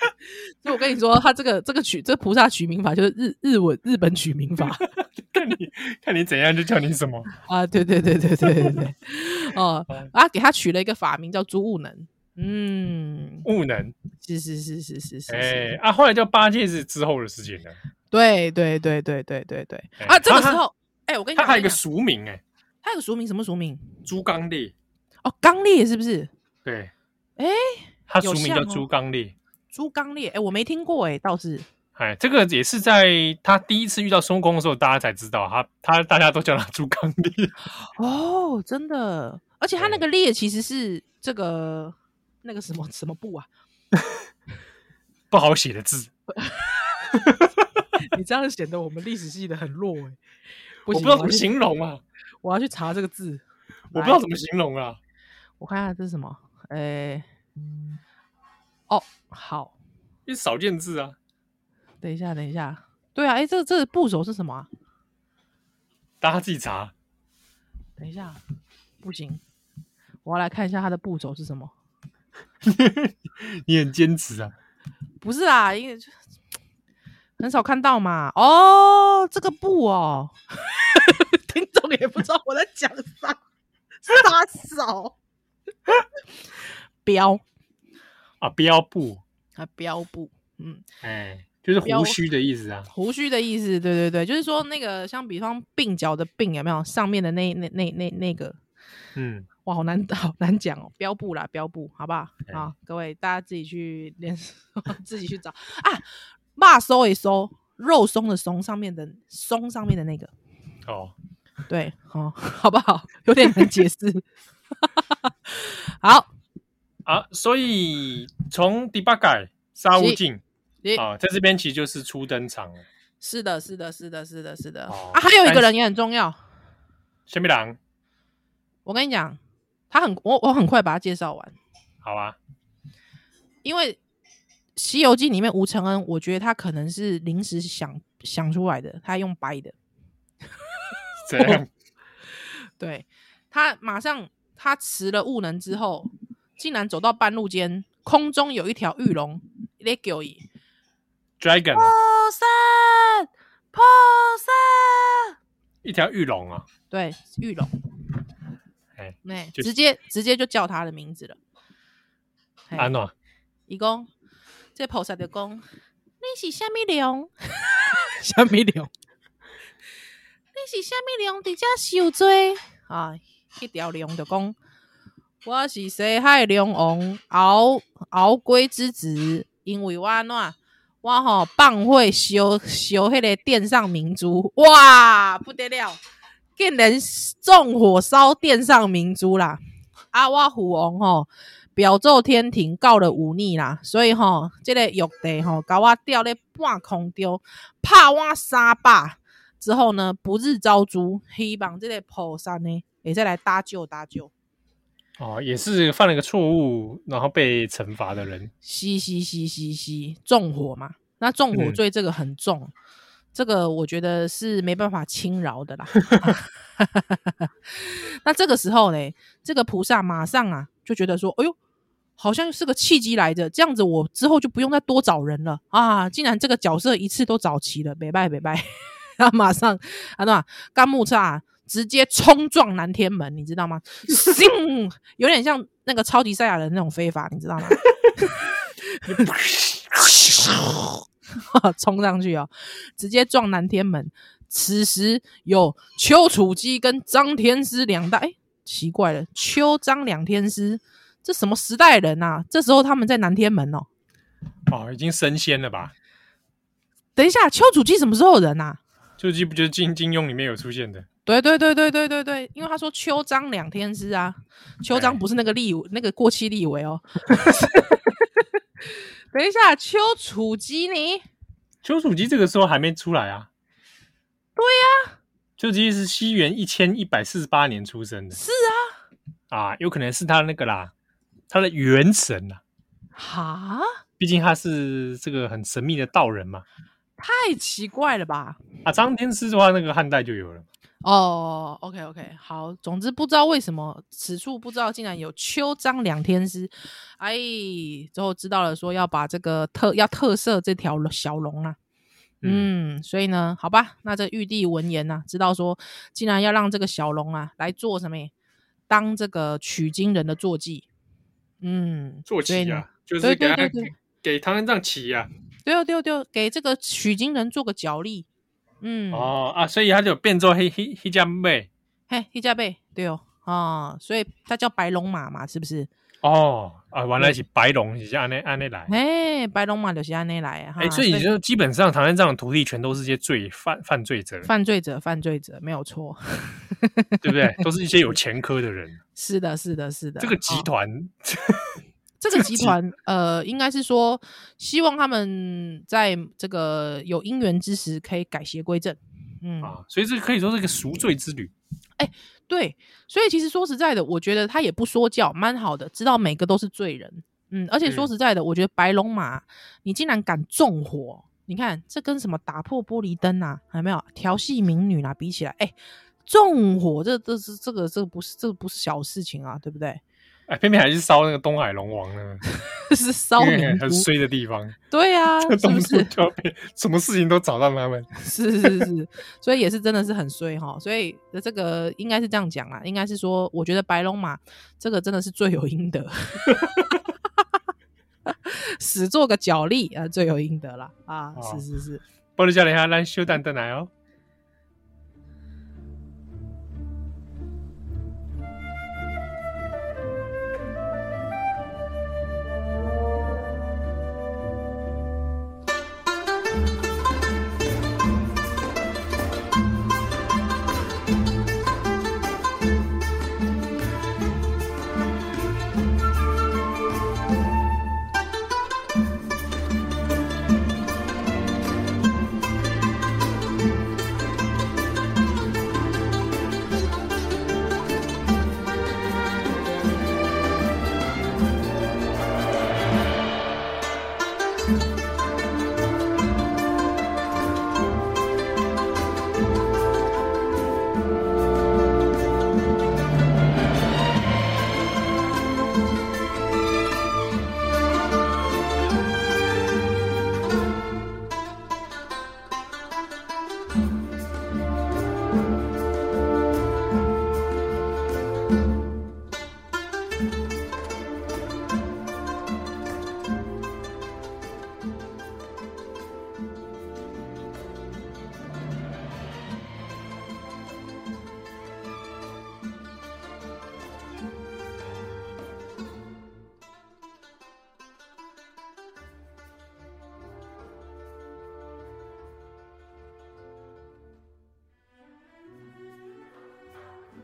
[SPEAKER 3] 所以我跟你说，他这个这个取这个菩萨取名法就是日日文日本取名 (laughs) 法
[SPEAKER 2] 看你看你怎样就叫你什么。
[SPEAKER 3] 啊，对对对对对对对，哦，啊，给他取了一个法名叫朱悟能，嗯，
[SPEAKER 2] 悟能，
[SPEAKER 3] 是是是是是是是，
[SPEAKER 2] 哎啊，后来叫八戒是之后的事情了。
[SPEAKER 3] 对对对对对对对，
[SPEAKER 2] 哎
[SPEAKER 3] 啊，这个时
[SPEAKER 2] 他
[SPEAKER 3] 候，哎，我跟你
[SPEAKER 2] 他
[SPEAKER 3] 讲，
[SPEAKER 2] 还有一个
[SPEAKER 3] 我跟你讲
[SPEAKER 2] 俗名哎，
[SPEAKER 3] 他有个俗名，什么俗名？
[SPEAKER 2] 猪刚鬣，
[SPEAKER 3] 哦，刚烈是不是？
[SPEAKER 2] 对，
[SPEAKER 3] 哎，
[SPEAKER 2] 他俗
[SPEAKER 3] 有
[SPEAKER 2] 名
[SPEAKER 3] 像
[SPEAKER 2] 叫
[SPEAKER 3] 哦
[SPEAKER 2] 猪刚鬣。
[SPEAKER 3] 朱刚烈，哎，我没听过，哎，倒是
[SPEAKER 2] 哎，这个也是在他第一次遇到孙悟空的时候，大家才知道他，他大家都叫他猪刚鬣。
[SPEAKER 3] 哦，真的，而且他那
[SPEAKER 2] 对
[SPEAKER 3] 个列其实是这个那个什么什么部啊？ (laughs)
[SPEAKER 2] 不好写的字，
[SPEAKER 3] 你这样显得我们历史系的很弱哎、
[SPEAKER 2] 我
[SPEAKER 3] 不
[SPEAKER 2] 不
[SPEAKER 3] 行
[SPEAKER 2] 知道怎么
[SPEAKER 3] 要去
[SPEAKER 2] 形容啊，
[SPEAKER 3] 我要去查这个字，
[SPEAKER 2] 我不
[SPEAKER 3] 来
[SPEAKER 2] 知道怎么形容啊。
[SPEAKER 3] 我看下这是什么？哎、哦，好，
[SPEAKER 2] 因为少见字啊，
[SPEAKER 3] 等一下，等一下，对啊，哎，这这步骤是什么、啊？
[SPEAKER 2] 大家自己查。
[SPEAKER 3] 等一下，不行，我要来看一下它的步骤是什么。
[SPEAKER 2] 你很坚持啊，
[SPEAKER 3] 不是啊，因为就很少看到嘛。哦，这个步哦， (laughs) 听众也不知道我在讲 (laughs) 啥，杀手 (laughs) 标
[SPEAKER 2] 啊，标布，
[SPEAKER 3] 啊标步，嗯。
[SPEAKER 2] 哎，就是
[SPEAKER 3] 标
[SPEAKER 2] 胡须的意思啊。
[SPEAKER 3] 胡须的意思，对对对，就是说那个像比方鬓角的鬓有没有上面的那那那那那个，
[SPEAKER 2] 嗯，
[SPEAKER 3] 哇，好难 (laughs) 好难讲哦，标布啦标布，好不好？
[SPEAKER 2] 对
[SPEAKER 3] 好，各位大家自己去练， (laughs) 自己去找啊，骂搜一搜，肉松的松上面的松上面的那个，
[SPEAKER 2] 哦，
[SPEAKER 3] 对，哦， (laughs) 好不好？有点难解释。 (laughs) 好，
[SPEAKER 2] 啊，所以从第八改沙悟
[SPEAKER 3] 是
[SPEAKER 2] 净
[SPEAKER 3] 你
[SPEAKER 2] 啊，在这边其实就是初登场了。
[SPEAKER 3] 是的，是的，是的，是的，是的
[SPEAKER 2] 哦
[SPEAKER 3] 啊，还有一
[SPEAKER 2] 但
[SPEAKER 3] 个
[SPEAKER 2] 是
[SPEAKER 3] 人也很重要，
[SPEAKER 2] 下面狼，
[SPEAKER 3] 我跟你讲，他很我我很快把他介绍完。
[SPEAKER 2] 好
[SPEAKER 3] (laughs)
[SPEAKER 2] 啊，
[SPEAKER 3] 因为《西游记》里面吴承恩，我觉得他可能是临时想想出来的，他用掰的。
[SPEAKER 2] 这样
[SPEAKER 3] 对他马上他辞了悟能之后，竟然走到半路间，空中有一条玉龙在叫伊
[SPEAKER 2] dragon
[SPEAKER 3] 菩
[SPEAKER 2] 啊，
[SPEAKER 3] 萨，菩萨，
[SPEAKER 2] 一条玉龙啊，
[SPEAKER 3] 对玉龙，
[SPEAKER 2] 哎，
[SPEAKER 3] 哎，
[SPEAKER 2] 就
[SPEAKER 3] 直接直接就叫他的名字了。嘿
[SPEAKER 2] 安诺，
[SPEAKER 3] 伊讲，这菩萨就讲，你是虾米龙？虾米龙？ (laughs)
[SPEAKER 4] 你是虾米龙伫遮受罪？
[SPEAKER 3] 啊，迄条龙就讲，我是西海龙王敖敖龟之子，因为我安怎，我吼放火烧烧迄个殿上明珠，哇，不得了，竟然纵火烧殿上明珠啦！啊，我虎王吼。表奏天庭告了忤逆啦，所以吼、这个玉帝吼、甲我吊咧半空中，拍我三百，之后呢，不日朝珠，希望这个菩萨呢，也再来搭救搭救。
[SPEAKER 2] 哦，也是犯了个错误，然后被惩罚的人，
[SPEAKER 3] 嘻嘻嘻嘻嘻，纵火嘛，那纵火
[SPEAKER 2] 嗯
[SPEAKER 3] 罪这个很重，这个我觉得是没办法轻饶的啦。 (laughs) 那这个时候呢，这个菩萨马上啊就觉得说，哎呦，好像是个契机来着，这样子我之后就不用再多找人了啊！竟然这个角色一次都找齐了，北拜北 (laughs) 拜，然后马上啊，对吧？甘木叉直接冲撞南天门，你知道吗？ (laughs) 咻有点像那个超级赛亚人那种飞法，你知道吗？冲上去哦，直接撞南天门。此时有丘处机跟张天师两大，哎、奇怪了，丘张两天师，这什么时代人啊？这时候他们在南天门哦。
[SPEAKER 2] 哦，已经升仙了吧？
[SPEAKER 3] 等一下，丘处机什么时候有人啊？
[SPEAKER 2] 就记不就是金金庸里面有出现的？
[SPEAKER 3] 对对对对对对对，因为他说秋张两天师啊，秋张
[SPEAKER 2] 哎
[SPEAKER 3] 不是那个立那个过期立委哦。等一下，丘处机呢？
[SPEAKER 2] 丘处机这个时候还没出来啊？
[SPEAKER 3] 啊
[SPEAKER 2] 对呀、丘处机是西元一千一百四十八年出生的
[SPEAKER 3] 是啊，
[SPEAKER 2] 啊，有可能是他那个啦，他的元神啦，
[SPEAKER 3] 哈，
[SPEAKER 2] 毕竟他是这个很神秘的道人嘛。
[SPEAKER 3] 太奇怪了吧？
[SPEAKER 2] 啊，张天师的话，那个汉代就有了。
[SPEAKER 3] 哦，OK OK，好，总之不知道为什么此处不知道竟然有秋张两天师，哎，之后知道了说要把这个特要特赦这条小龙啊，嗯，所以呢，好吧，那这玉帝闻言呐、知道说竟然要让这个小龙啊来做什么耶，当这个取经人的坐骑，嗯，
[SPEAKER 2] 坐
[SPEAKER 3] 所以
[SPEAKER 2] 骑
[SPEAKER 3] 呢
[SPEAKER 2] 啊，就
[SPEAKER 3] 对
[SPEAKER 2] 是给
[SPEAKER 3] 对
[SPEAKER 2] 他
[SPEAKER 3] 对对
[SPEAKER 2] 给唐三藏骑啊。
[SPEAKER 3] 对哦对哦对哦，给这个取经人做个脚力，嗯，
[SPEAKER 2] 哦啊，所以他就变作黑黑黑加妹
[SPEAKER 3] 嘿，一加倍，对哦，啊、所以它叫白龙马嘛，是不是？
[SPEAKER 2] 哦啊，原来是白龙，是按那按那来。
[SPEAKER 3] 哎，白龙马就是安内来的哈，
[SPEAKER 2] 哎、所以就基本上唐三藏的徒弟全都是些罪犯犯罪
[SPEAKER 3] (laughs)
[SPEAKER 2] 者，
[SPEAKER 3] 犯罪者，犯罪者没有错， (laughs)
[SPEAKER 2] 对不对？都是一些有前科的人。
[SPEAKER 3] 是的，是的，是的，
[SPEAKER 2] 这个
[SPEAKER 3] 哦
[SPEAKER 2] 集团，
[SPEAKER 3] 这个集团，呃，应该是说希望他们在这个有因缘之时可以改邪归正，嗯，
[SPEAKER 2] 啊，所以这可以说是个赎罪之旅。 (laughs)
[SPEAKER 3] 对，所以其实说实在的，我觉得他也不说教，蛮好的，知道每个都是罪人。嗯，而且说
[SPEAKER 2] 嗯
[SPEAKER 3] 实在的，我觉得白龙马，你竟然敢纵火，你看这跟什么打破玻璃灯啊，还没有调戏民女啊比起来，哎、纵火这这是这个这个不是这个不是小事情啊，对不对？ (laughs)
[SPEAKER 2] 哎，偏偏还是烧那个东海龙王呢，
[SPEAKER 3] 是烧
[SPEAKER 2] 因为
[SPEAKER 3] 民
[SPEAKER 2] 很
[SPEAKER 3] 族
[SPEAKER 2] 很，衰的地方，
[SPEAKER 3] 对 (laughs) 啊，
[SPEAKER 2] 这
[SPEAKER 3] 是
[SPEAKER 2] 动
[SPEAKER 3] 不
[SPEAKER 2] 不
[SPEAKER 3] 是
[SPEAKER 2] 动？就要被 (laughs) 什么事情都找到他们。
[SPEAKER 3] 是是是是，所以也是真的是很衰哈。所以这个应该是这样讲啊，应该是说，我觉得白龙马这个真的是罪有应 (laughs) 得，始做个脚力啊，罪有应得啦啊！
[SPEAKER 2] 哦
[SPEAKER 3] 是是是，
[SPEAKER 2] 波多少年哈，咱小等等来哦。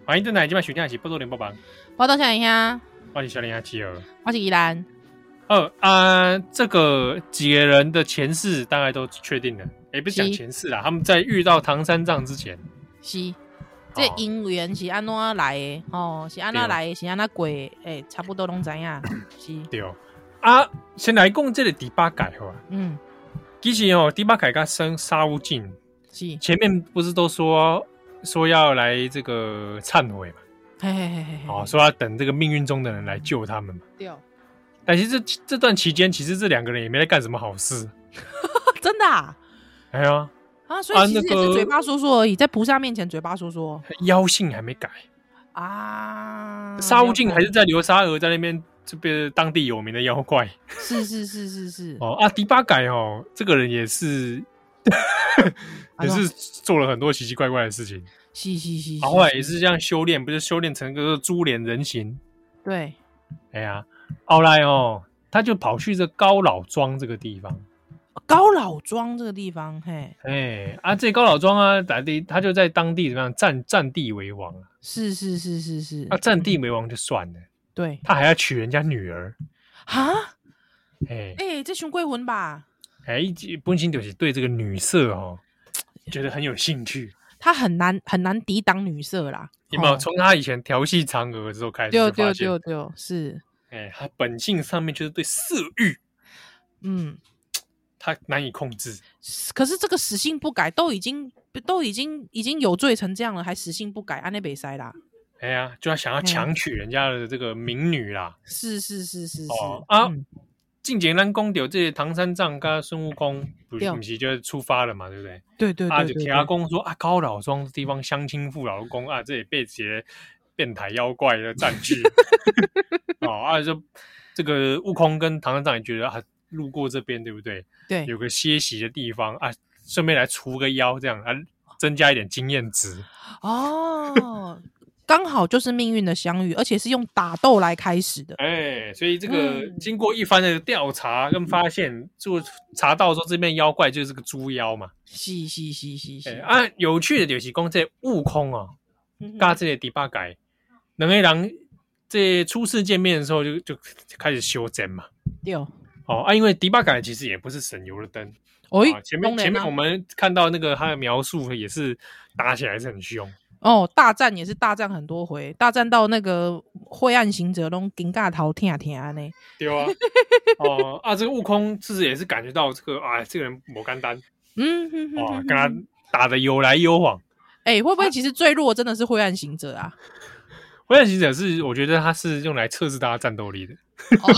[SPEAKER 2] 欢迎邓奶，今晚选定是波多连播榜，
[SPEAKER 3] 报道小林呀，
[SPEAKER 2] 欢迎小林阿七儿。
[SPEAKER 3] 啊我是依兰，
[SPEAKER 2] 哦啊，这个几个人的前世大概都确定了，也不是讲
[SPEAKER 3] 是
[SPEAKER 2] 前世啦，他们在遇到唐三藏之前，
[SPEAKER 3] 是。这
[SPEAKER 2] 哦
[SPEAKER 3] 姻缘是安怎来的？哦，是安
[SPEAKER 2] 对
[SPEAKER 3] 怎
[SPEAKER 2] 哦
[SPEAKER 3] 来的？是安怎过的？诶、差不多拢知影。是，
[SPEAKER 2] 对啊，先来讲这个第八改好吧。
[SPEAKER 3] 嗯，
[SPEAKER 2] 其实哦，第八改跟生沙悟净
[SPEAKER 3] 是，
[SPEAKER 2] 前面不是都说说要来这个忏悔嘛，
[SPEAKER 3] 嘿嘿嘿嘿嘿，
[SPEAKER 2] 哦，说要等这个命运中的人来救他们嘛。
[SPEAKER 3] 对哦，
[SPEAKER 2] 但其实这这段期间，其实这两个人也没在干什么好事。
[SPEAKER 3] (laughs) 真的啊。
[SPEAKER 2] 哎呀，
[SPEAKER 3] 啊，所
[SPEAKER 2] 啊
[SPEAKER 3] 以其
[SPEAKER 2] 那
[SPEAKER 3] 实也是
[SPEAKER 2] 个
[SPEAKER 3] 嘴巴说说而已，在菩萨面前嘴巴说说
[SPEAKER 2] 妖性还没改，
[SPEAKER 3] 啊。
[SPEAKER 2] 沙悟净还是
[SPEAKER 3] 了
[SPEAKER 2] 在流沙俄在那边这边当地有名的妖怪。
[SPEAKER 3] 解是是是是是，
[SPEAKER 2] 哦啊，迪巴改哦，这个人也
[SPEAKER 3] (laughs)
[SPEAKER 2] 是
[SPEAKER 3] 哎
[SPEAKER 2] 也
[SPEAKER 3] 呦
[SPEAKER 2] 是 (laughs) 做了很多奇奇怪怪的事情，
[SPEAKER 3] 是是是，
[SPEAKER 2] 啊，后来也是这样修炼，不就修炼成个猪脸人形？
[SPEAKER 3] 对
[SPEAKER 2] 哎呀，后来哦，他就跑去这高老庄这个地方，
[SPEAKER 3] 高老庄这个地方，嘿，
[SPEAKER 2] 哎啊，这高老庄啊，打地他就在当地怎么样占占地为王啊？
[SPEAKER 3] 是是是是是，
[SPEAKER 2] 啊，占地为王就算了，
[SPEAKER 3] 对
[SPEAKER 2] 他还要娶人家女儿，
[SPEAKER 3] 啊，
[SPEAKER 2] 哎
[SPEAKER 3] 哎，这熊贵魂吧，
[SPEAKER 2] 哎，本身就是对这个女色哦，觉得很有兴趣。
[SPEAKER 3] 他很难很难抵挡女色啦，
[SPEAKER 2] 有没有
[SPEAKER 3] 哦？
[SPEAKER 2] 从他以前调戏嫦娥之后开始就
[SPEAKER 3] 对
[SPEAKER 2] 发
[SPEAKER 3] 对
[SPEAKER 2] 现
[SPEAKER 3] 对对，是，
[SPEAKER 2] 哎，他本性上面就是对色欲，
[SPEAKER 3] 嗯，
[SPEAKER 2] 他难以控制。
[SPEAKER 3] 是可是这个死性不改，都已经都已经已经有罪成这样了，还死性不改，安内北塞啦，
[SPEAKER 2] 哎呀，就要想要
[SPEAKER 3] 嗯
[SPEAKER 2] 强娶人家的这个民女啦。
[SPEAKER 3] 是是是是是
[SPEAKER 2] 哦啊
[SPEAKER 3] 嗯，
[SPEAKER 2] 进简单公丢这些唐三藏跟孙悟空，不
[SPEAKER 3] 对
[SPEAKER 2] 是不是就出发了嘛，对不对？
[SPEAKER 3] 对对
[SPEAKER 2] 啊，
[SPEAKER 3] 对
[SPEAKER 2] 就
[SPEAKER 3] 对
[SPEAKER 2] 铁
[SPEAKER 3] 对
[SPEAKER 2] 阿。公说啊，高老庄这地方乡亲父老公啊，这也被这些变态妖怪的占
[SPEAKER 3] (laughs)
[SPEAKER 2] 据。哦啊，就这个悟空跟唐三藏也觉得啊，路过这边对不对？
[SPEAKER 3] 对，
[SPEAKER 2] 有个歇息的地方啊，顺便来除个妖，这样啊，增加一点经验值。
[SPEAKER 3] 哦， (laughs) 刚好就是命运的相遇，而且是用打斗来开始的。
[SPEAKER 2] 哎，所以这个
[SPEAKER 3] 嗯
[SPEAKER 2] 经过一番的调查跟发现，就查到说这边妖怪就是个猪妖嘛。
[SPEAKER 3] 是是是是是
[SPEAKER 2] 哎，啊，有趣的就是讲这悟空哦，
[SPEAKER 3] 嗯
[SPEAKER 2] 嘎这个第八改，能一郎这初次见面的时候就就就开始修正嘛。
[SPEAKER 3] 对，
[SPEAKER 2] 哦啊，因为第八改其实也不是省油的灯。
[SPEAKER 3] 哎
[SPEAKER 2] 啊，前面
[SPEAKER 3] 当然
[SPEAKER 2] 前面
[SPEAKER 3] 啊
[SPEAKER 2] 我们看到那个他的描述也是打起来是很凶，
[SPEAKER 3] 哦，大战也是大战很多回，大战到那个灰暗行者拢尴尬头疼疼呢。
[SPEAKER 2] 对 (laughs) 啊，哦啊，这个悟空自己也是感觉到这个啊，这个人某干 (laughs) 单
[SPEAKER 3] 嗯哼哼
[SPEAKER 2] 哇，
[SPEAKER 3] 哼
[SPEAKER 2] 跟他
[SPEAKER 3] 哼，
[SPEAKER 2] 打的有来有往。
[SPEAKER 3] 哎、会不会其实最弱真的是灰暗行者啊？ (laughs)
[SPEAKER 2] 灰暗行者是，我觉得他是用来测试大家战斗力的，
[SPEAKER 3] 哦，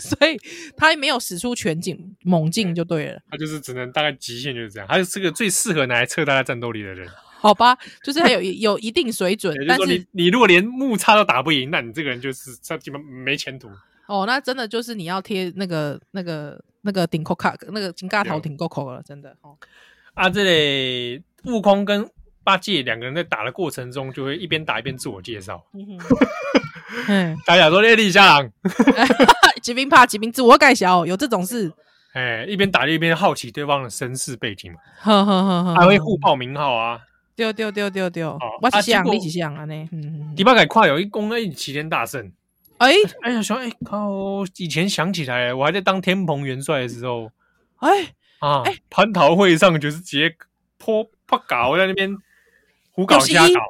[SPEAKER 3] 所以他没有使出全劲猛
[SPEAKER 2] 哎
[SPEAKER 3] 劲就对了，
[SPEAKER 2] 他就是只能大概极限就是这样，他是个最适合拿来测大家战斗力的人。
[SPEAKER 3] 好吧？就是他有有一定水准
[SPEAKER 2] 也就，是
[SPEAKER 3] 但
[SPEAKER 2] 说你，
[SPEAKER 3] 是
[SPEAKER 2] 你如果连木叉都打不赢，那你这个人就是他基本没前途。
[SPEAKER 3] 哦，那真的就是你要贴那个那个那个顶扣卡那个金嘎头
[SPEAKER 2] 有
[SPEAKER 3] 顶扣扣了，真的哦。
[SPEAKER 2] 啊，这里悟空跟八戒两个人在打的过程中，就会一边打一边自我介绍。
[SPEAKER 3] (laughs) 嗯哼，嗯，
[SPEAKER 2] 大家说：“哎、李家郎，
[SPEAKER 3] 疾病怕疾病自我盖小，有这种事，
[SPEAKER 2] 哎，一边打一边好奇对方的身世背景嘛，
[SPEAKER 3] 呵呵呵呵，
[SPEAKER 2] 还会互报名号啊。
[SPEAKER 3] 丢丢丢丢丢
[SPEAKER 2] 哦，
[SPEAKER 3] 我
[SPEAKER 2] 啊
[SPEAKER 3] 是
[SPEAKER 2] 结
[SPEAKER 3] 想，
[SPEAKER 2] 果
[SPEAKER 3] 你是想啊呢？嗯，嗯
[SPEAKER 2] 第
[SPEAKER 3] 嗯
[SPEAKER 2] 八改跨有一公哎，齐天大圣。
[SPEAKER 3] 哎
[SPEAKER 2] 哎呀，想哎靠，以前想起来，我还在当天蓬元帅的时候
[SPEAKER 3] 哎，
[SPEAKER 2] 啊，
[SPEAKER 3] 哎
[SPEAKER 2] 蟠桃会上就是直接泼啪搞在那边胡搞
[SPEAKER 3] 九十一
[SPEAKER 2] 瞎搞。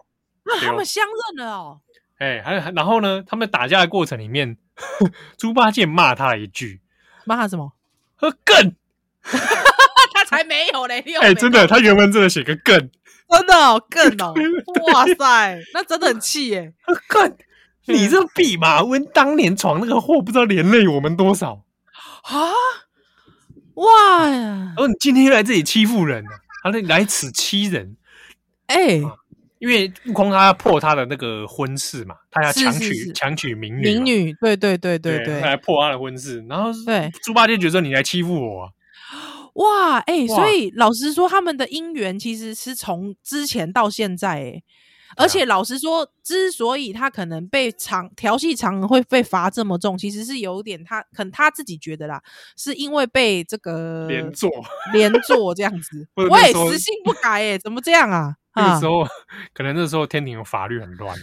[SPEAKER 3] 那他
[SPEAKER 2] 对 (laughs)
[SPEAKER 3] 们
[SPEAKER 2] 哦
[SPEAKER 3] 相认了哦，
[SPEAKER 2] 哎，还有然后呢，他们打架的过程里面， (laughs) 猪八戒骂他一句
[SPEAKER 3] 骂他什么？：“
[SPEAKER 2] 呃，更
[SPEAKER 3] 他才没有嘞！
[SPEAKER 2] 哎、真的，他原文真的写个更
[SPEAKER 3] 真的哦，更
[SPEAKER 2] (laughs)
[SPEAKER 3] 哦，哇塞，那真的很气耶！
[SPEAKER 2] 呃更，你这弼马温当年闯那个祸，不知道连累我们多少。
[SPEAKER 3] 啊，哇呀
[SPEAKER 2] 然，后你今天又来这里欺负人，他来来此欺人，
[SPEAKER 3] 哎，
[SPEAKER 2] 啊因为悟空他要破他的那个婚事嘛，他要
[SPEAKER 3] 是
[SPEAKER 2] 强
[SPEAKER 3] 是
[SPEAKER 2] 娶
[SPEAKER 3] 是
[SPEAKER 2] 强娶民女嘛，
[SPEAKER 3] 民女，对对对对
[SPEAKER 2] 对他来
[SPEAKER 3] 对
[SPEAKER 2] 破他的婚事，然后
[SPEAKER 3] 对，
[SPEAKER 2] 猪八戒觉得你来欺负我、啊，
[SPEAKER 3] 哇，哎，
[SPEAKER 2] 哇
[SPEAKER 3] 所以老实说，他们的姻缘其实是从之前到现在，哎。
[SPEAKER 2] 啊
[SPEAKER 3] 而且老实说，之所以他可能被长调戏长会被罚这么重，其实是有点他可能他自己觉得啦，是因为被这个
[SPEAKER 2] 连坐。
[SPEAKER 3] 连坐这样子
[SPEAKER 2] (laughs) 。或者
[SPEAKER 3] 我
[SPEAKER 2] 那
[SPEAKER 3] 也
[SPEAKER 2] 时候
[SPEAKER 3] 死性不改哎、怎么这
[SPEAKER 2] (laughs)
[SPEAKER 3] 样啊？
[SPEAKER 2] (laughs) 那个
[SPEAKER 3] 啊
[SPEAKER 2] 时，候，可能那时候天庭的法律很乱，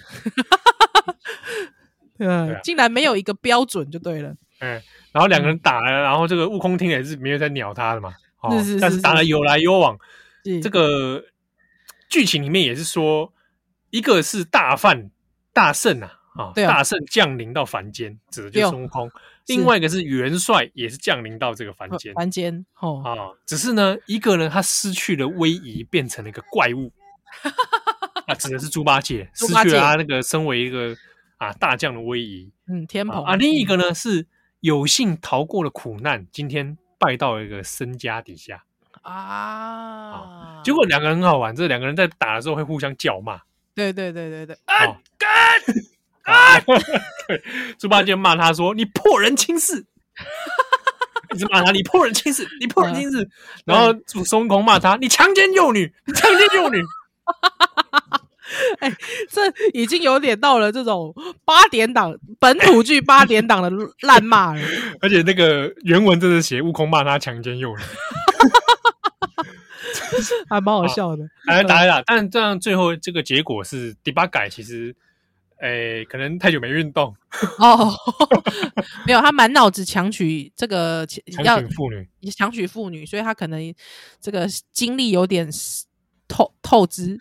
[SPEAKER 2] 对
[SPEAKER 3] 嗯
[SPEAKER 2] 啊，
[SPEAKER 3] 竟然没有一个标准就对了。
[SPEAKER 2] 嗯，然后两个人打了，然后这个悟空听了也是没有在鸟他的嘛，哦，
[SPEAKER 3] 是是
[SPEAKER 2] 但
[SPEAKER 3] 是
[SPEAKER 2] 是打
[SPEAKER 3] 是
[SPEAKER 2] 了有来有往，
[SPEAKER 3] 这
[SPEAKER 2] 这个剧情里面也是说，一个是大范大圣啊，啊，
[SPEAKER 3] 对啊
[SPEAKER 2] 大圣降临到凡间，指的就
[SPEAKER 3] 对
[SPEAKER 2] 是
[SPEAKER 3] 哦
[SPEAKER 2] 孙悟空；
[SPEAKER 3] 是呃
[SPEAKER 2] 另外一个是元帅，也是降临到这个凡间
[SPEAKER 3] 凡间哦，
[SPEAKER 2] 啊。只是呢，一个呢他失去了威仪，变成了一个怪
[SPEAKER 3] (laughs)
[SPEAKER 2] 物，啊，指的是猪八戒，
[SPEAKER 3] 猪
[SPEAKER 2] 失
[SPEAKER 3] 八戒
[SPEAKER 2] 去了他那个身为一个啊大将的威仪
[SPEAKER 3] 嗯，天
[SPEAKER 2] 啊
[SPEAKER 3] 蓬
[SPEAKER 2] 啊。另一个呢是有幸逃过了苦难，今天拜到了一个身家底下。
[SPEAKER 3] 啊，
[SPEAKER 2] 结果两个人很好玩，这两个人在打的时候会互相叫骂。
[SPEAKER 3] 对对对对对，
[SPEAKER 2] 啊，干啊！对， (laughs) 猪八戒骂他说：“你破人轻 (laughs) 视！”一直骂他：“你破人轻视！你破人轻 (laughs) 视！”然后孙悟空骂他：“你强奸幼女！ (laughs) 你强奸幼女
[SPEAKER 3] (laughs) 这已经有点到了这种八点档本土剧八点档的烂骂了。！” (laughs)
[SPEAKER 2] 而且那个原文真的写悟空骂他强奸 (laughs) 幼女，
[SPEAKER 3] 还蛮好笑的。
[SPEAKER 2] 打来打来打，呃但这样最后这个结果是第八改，其实，诶，可能太久没运 (laughs) 动，
[SPEAKER 3] 哦，没有，他满脑子强取这 (laughs) 个要
[SPEAKER 2] 强娶妇女， (laughs)
[SPEAKER 3] 强取妇女，所以他可能这个精力有点透透支，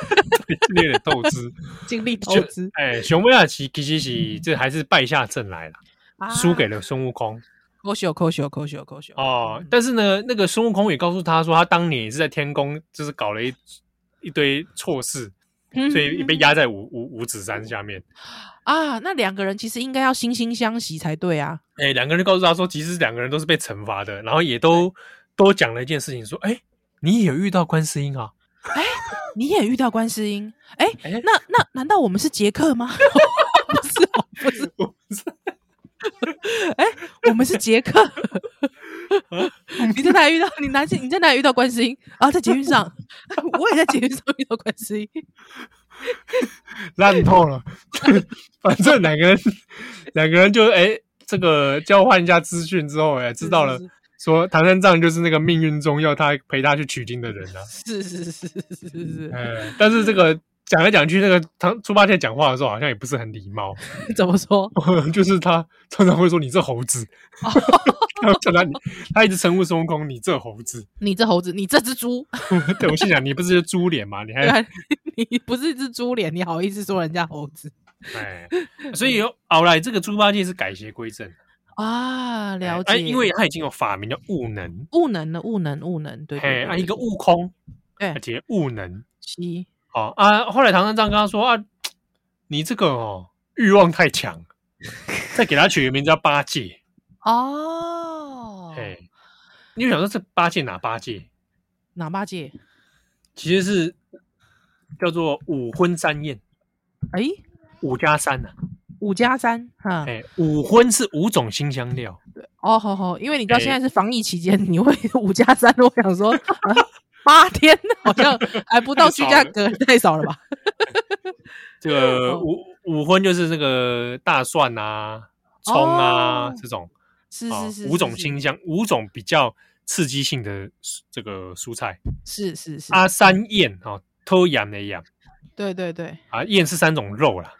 [SPEAKER 3] (laughs)
[SPEAKER 2] 有点斗志。
[SPEAKER 3] 精力透
[SPEAKER 2] 就
[SPEAKER 3] 支，
[SPEAKER 2] 哎，熊妹啊，其其实是这还是败下阵来了，
[SPEAKER 3] 啊
[SPEAKER 2] 输给了孙悟空。
[SPEAKER 3] 抠秀抠秀抠秀抠秀
[SPEAKER 2] 哦，但是呢，那个孙悟空也告诉他说，他当年也是在天宫，就是搞了一一堆错事，所以被压在五五五指山下面。
[SPEAKER 3] 嗯啊，那两个人其实应该要惺惺相惜才对啊。
[SPEAKER 2] 哎，两个人就告诉他说，其实两个人都是被惩罚的，然后也都都讲了一件事情，说，哎，你也有遇到观世音啊？ (laughs)
[SPEAKER 3] 你也遇到观世音，哎、
[SPEAKER 2] 哎
[SPEAKER 3] 那那难道我们是杰
[SPEAKER 2] (laughs)
[SPEAKER 3] 克吗？不是哦，不是，哎、我们是杰克。
[SPEAKER 2] 啊
[SPEAKER 3] 你在哪里遇到？你哪里你在哪里遇到观世音？啊，在捷运
[SPEAKER 2] (laughs)
[SPEAKER 3] 上，我也在捷运上遇到观世音。
[SPEAKER 2] 烂透了， (laughs) 反正两个人两个人就哎，这个交换一下资讯之后，哎，知道了
[SPEAKER 3] 是。
[SPEAKER 2] 说唐三藏就是那个命运中要他陪他去取经的人啊，
[SPEAKER 3] 是是是是是是 (laughs) 是
[SPEAKER 2] 哎，但是这个讲来讲去，那个唐猪八戒讲话的时候好像也不是很礼貌， (laughs)
[SPEAKER 3] 是，怎么说？
[SPEAKER 2] 就是他常常会说“你这猴
[SPEAKER 3] (laughs)
[SPEAKER 2] 子”，他叫他他一直称呼孙悟空“你这猴子 (laughs)
[SPEAKER 3] 你这猴子，你这只猪，”，
[SPEAKER 2] 对我心想你不是猪脸吗？你还
[SPEAKER 3] 对啊 (laughs) 你不是一只猪脸，你好意思说人家猴子 (laughs)
[SPEAKER 2] 哎，所以有后来这个猪八戒是改邪归正，
[SPEAKER 3] 啊？了解，
[SPEAKER 2] 哎，因为他已经有法名叫悟能，
[SPEAKER 3] 悟能的悟能悟能，对
[SPEAKER 2] 嘿，
[SPEAKER 3] 对
[SPEAKER 2] 啊
[SPEAKER 3] 对，
[SPEAKER 2] 一个悟空，
[SPEAKER 3] 对
[SPEAKER 2] 而且悟能，
[SPEAKER 3] 七
[SPEAKER 2] 哦啊，后来唐三藏跟他说啊，你这个哦欲望太强，再给他取个名字叫八戒，
[SPEAKER 3] 哦，
[SPEAKER 2] 哎，你就想说这八戒哪八戒？
[SPEAKER 3] 哪八戒？
[SPEAKER 2] 其实是叫做五荤三宴，
[SPEAKER 3] 哎，
[SPEAKER 2] 五加三呐、
[SPEAKER 3] 五加三哈，
[SPEAKER 2] 哎、五荤是五种新香料，
[SPEAKER 3] 哦，好好，因为你知道
[SPEAKER 2] 哎
[SPEAKER 3] 现在是防疫期间， (laughs) 你会五加三，我想说啊八天 (laughs) 好像还不到居家隔离，太少了吧？
[SPEAKER 2] 这个
[SPEAKER 3] 哦
[SPEAKER 2] 五五荤就是那个大蒜啊、葱啊、
[SPEAKER 3] 哦
[SPEAKER 2] 这种，
[SPEAKER 3] 是
[SPEAKER 2] 啊
[SPEAKER 3] 是是，
[SPEAKER 2] 五种
[SPEAKER 3] 是
[SPEAKER 2] 新香，五种比较刺激性的蔬这个蔬菜。
[SPEAKER 3] 是是是，
[SPEAKER 2] 啊，三宴啊，偷羊的羊
[SPEAKER 3] 对对对，
[SPEAKER 2] 啊，宴是三种肉啦，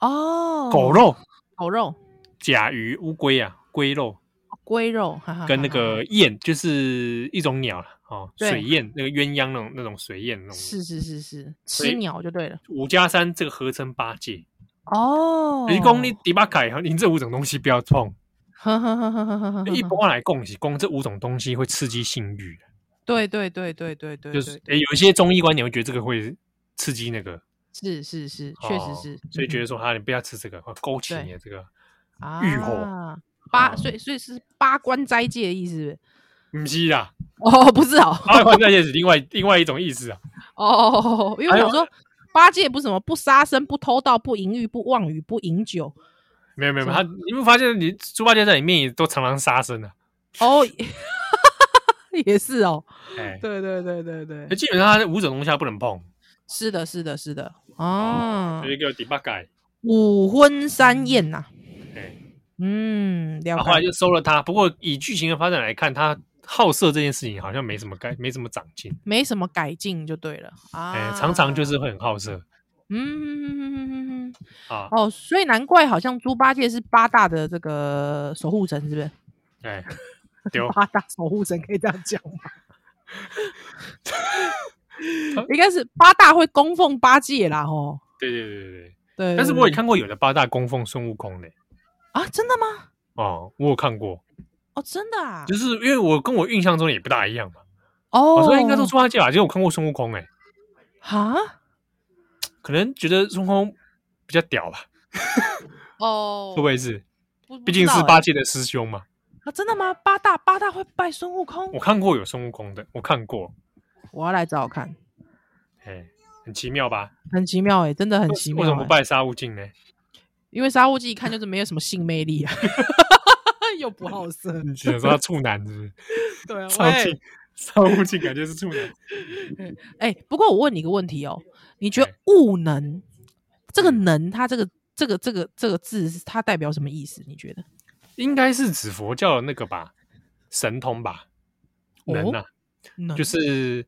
[SPEAKER 3] 哦，
[SPEAKER 2] 狗肉、
[SPEAKER 3] 狗肉、
[SPEAKER 2] 甲鱼、乌龟啊，龟肉
[SPEAKER 3] 龟肉，哈啊哈，
[SPEAKER 2] 跟那
[SPEAKER 3] 哈哈
[SPEAKER 2] 个雁就是一种鸟了哦，
[SPEAKER 3] 对
[SPEAKER 2] 水雁那个鸳鸯那种那种水雁那种。
[SPEAKER 3] 是是是是
[SPEAKER 2] 所以
[SPEAKER 3] 吃鸟就对了，
[SPEAKER 2] 五加三这个合称八戒，
[SPEAKER 3] 哦，
[SPEAKER 2] 你讲你第八改，你这五种东西不要碰。
[SPEAKER 3] 呵呵呵呵呵呵呵呵，
[SPEAKER 2] 一般来供是供这五种东西会刺激性欲，
[SPEAKER 3] 对对对对对对，
[SPEAKER 2] 就是
[SPEAKER 3] 对
[SPEAKER 2] 诶有一些中医观点会觉得这个会刺激那个，
[SPEAKER 3] 是是是，确实
[SPEAKER 2] 哦
[SPEAKER 3] 是，
[SPEAKER 2] 所以觉
[SPEAKER 3] 得
[SPEAKER 2] 得说啊，你不要吃这个，会勾起
[SPEAKER 3] 嗯对
[SPEAKER 2] 你的这个，欲火
[SPEAKER 3] 啊，八，
[SPEAKER 2] 哦
[SPEAKER 3] 所以所以是八关斋戒的意思是不是。
[SPEAKER 2] 不是
[SPEAKER 3] (laughs)
[SPEAKER 2] 啦，
[SPEAKER 3] 哦，不是哦，
[SPEAKER 2] 八关斋戒是另外另外一种意思啊。
[SPEAKER 3] 哦，因为
[SPEAKER 2] 还
[SPEAKER 3] 我
[SPEAKER 2] 有
[SPEAKER 3] 想说八戒不是什么不杀生、不偷盗、不淫欲、不妄语、不饮酒。
[SPEAKER 2] 没有没有，
[SPEAKER 3] 什
[SPEAKER 2] 没有他你会发现你猪八戒在里面也都常常杀生啊，
[SPEAKER 3] 哦， (laughs) 也是哦，
[SPEAKER 2] 哎，
[SPEAKER 3] 对对对对
[SPEAKER 2] 那
[SPEAKER 3] 对，
[SPEAKER 2] 基本上他五种东西他不能碰。
[SPEAKER 3] 是的，是的，是的，啊
[SPEAKER 2] 有，一个第八改，
[SPEAKER 3] 五荤三宴呐、
[SPEAKER 2] 哎，
[SPEAKER 3] 嗯，了
[SPEAKER 2] 然后
[SPEAKER 3] 解。
[SPEAKER 2] 后来就收了他。不过以剧情的发展来看，他好色这件事情好像没什么改，没什么长进，
[SPEAKER 3] 没什么改进就对了啊、
[SPEAKER 2] 哎，常常就是会很好色
[SPEAKER 3] 嗯，嗯
[SPEAKER 2] 啊，
[SPEAKER 3] 哦，所以难怪好像猪八戒是八大的这个守护神，是不是？
[SPEAKER 2] 哎，丢。
[SPEAKER 3] 八大守护神可以这样讲吗？应该是八大会供奉八戒啦，吼。
[SPEAKER 2] 对对对对对。
[SPEAKER 3] 对，
[SPEAKER 2] 但是我
[SPEAKER 3] 对
[SPEAKER 2] 也看过有的八大供奉孙悟空的
[SPEAKER 3] 啊，真的吗？
[SPEAKER 2] 哦，我有看过，
[SPEAKER 3] 哦，真的啊，
[SPEAKER 2] 就是因为我跟我印象中也不大一样嘛。
[SPEAKER 3] 哦，
[SPEAKER 2] 我说应该都猪八戒吧，结果我看过孙悟空，哎，
[SPEAKER 3] 哈，
[SPEAKER 2] 可能觉得孙悟空比较屌吧，
[SPEAKER 3] 哦
[SPEAKER 2] 会不，会是？
[SPEAKER 3] 不不
[SPEAKER 2] 毕竟
[SPEAKER 3] 知道
[SPEAKER 2] 是
[SPEAKER 3] 欸
[SPEAKER 2] 八戒的师兄嘛。
[SPEAKER 3] 啊，真的吗？八大八大会拜孙悟空
[SPEAKER 2] 我，看过有孙悟空的，我看过，
[SPEAKER 3] 我要来找看，
[SPEAKER 2] 哎，很奇妙吧？
[SPEAKER 3] 很奇妙哎，真的很奇
[SPEAKER 2] 为
[SPEAKER 3] 妙欸。
[SPEAKER 2] 什么不拜沙悟净呢？ (laughs)
[SPEAKER 3] 因为沙悟净一看就是没有什么性魅力啊， (laughs) 又不好色，
[SPEAKER 2] 你想说他处男是不是？ (laughs)
[SPEAKER 3] 对啊，
[SPEAKER 2] 沙悟
[SPEAKER 3] 喂
[SPEAKER 2] 净，沙悟净感觉是处男。
[SPEAKER 3] 哎，不过我问你一个问题哦，你觉得
[SPEAKER 2] 哎嗯
[SPEAKER 3] “悟能”这个“能”它这个这个这个这个字，它代表什么意思？你觉得？
[SPEAKER 2] (laughs) 应该是指佛教的那个吧，神通吧，
[SPEAKER 3] 哦
[SPEAKER 2] 能啊，
[SPEAKER 3] 能
[SPEAKER 2] 就是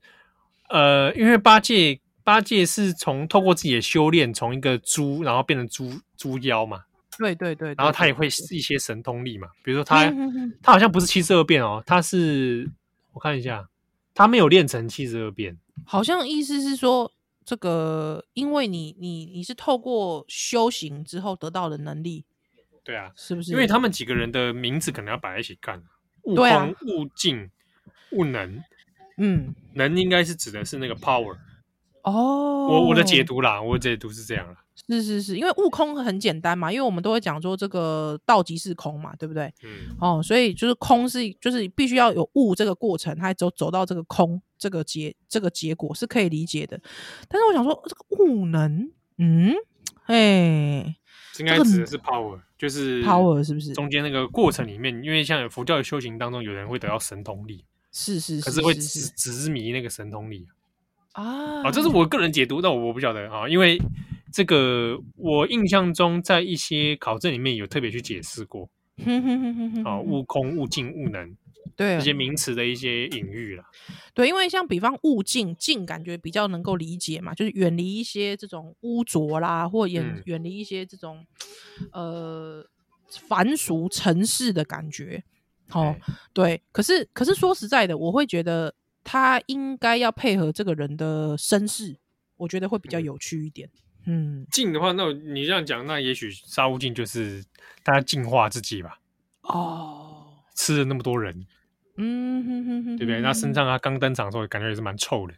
[SPEAKER 2] 呃，因为八戒八戒是从透过自己的修炼，从一个猪，然后变成猪猪妖嘛，
[SPEAKER 3] 对对对，
[SPEAKER 2] 然后他
[SPEAKER 3] 也
[SPEAKER 2] 也会一些神通力嘛，比如说他、
[SPEAKER 3] 嗯嗯嗯
[SPEAKER 2] 他好像不是七十二变哦，他是我看一下，他没有练成七十二变，
[SPEAKER 3] 好像意思是说，这个因为你你你是透过修行之后得到的能力，
[SPEAKER 2] 对啊，
[SPEAKER 3] 是不是？
[SPEAKER 2] 因为他们几个人的名字可能要摆在一起看，悟
[SPEAKER 3] 对啊
[SPEAKER 2] 空、悟净、悟能，
[SPEAKER 3] 嗯
[SPEAKER 2] 能应该是指的是那个 power，、
[SPEAKER 3] 哦，
[SPEAKER 2] 我我的解读啦，我的解读是这样啦，
[SPEAKER 3] 是是是，因为悟空很简单嘛，因为我们都会讲说这个道即是空嘛，对不对？
[SPEAKER 2] 嗯，
[SPEAKER 3] 哦，所以就是空是就是必须要有悟这个过程，它走走到这个空这个结这个结果是可以理解的。但是我想说，这个悟能，嗯，哎
[SPEAKER 2] 应该指的是 power，就是
[SPEAKER 3] ，power 是不是？
[SPEAKER 2] 中间那个过程里面，因为像佛教的修行当中，有人会得到神通力，
[SPEAKER 3] 是是
[SPEAKER 2] 可
[SPEAKER 3] 是
[SPEAKER 2] 是会
[SPEAKER 3] 是
[SPEAKER 2] 执
[SPEAKER 3] 是
[SPEAKER 2] 执迷那个神通力
[SPEAKER 3] 啊
[SPEAKER 2] 啊，这是我个人解读，但我我不晓得啊，因为这个我印象中在一些考证里面有特别去解释过
[SPEAKER 3] 哼哼哼哼哼
[SPEAKER 2] 啊，
[SPEAKER 3] 哼
[SPEAKER 2] 悟空、悟净、悟能
[SPEAKER 3] 对
[SPEAKER 2] 这些名词的一些隐喻啦。
[SPEAKER 3] 对，因为像比方悟净，净感觉比较能够理解嘛，就是远离一些这种污浊啦，或远、
[SPEAKER 2] 嗯
[SPEAKER 3] 远离一些这种呃凡俗尘世的感觉。哦
[SPEAKER 2] 哎，
[SPEAKER 3] 对，可是可是说实在的，我会觉得他应该要配合这个人的身世，我觉得会比较
[SPEAKER 2] 嗯
[SPEAKER 3] 有趣一点。嗯，
[SPEAKER 2] 进的话，那你这样讲，那也许沙悟净就是大家净化自己吧。
[SPEAKER 3] 哦，
[SPEAKER 2] 吃了那么多人，
[SPEAKER 3] 嗯哼哼哼，
[SPEAKER 2] 对不对？
[SPEAKER 3] 哼
[SPEAKER 2] 那身
[SPEAKER 3] 哼
[SPEAKER 2] 上他刚登场的时候，感觉也是蛮臭的。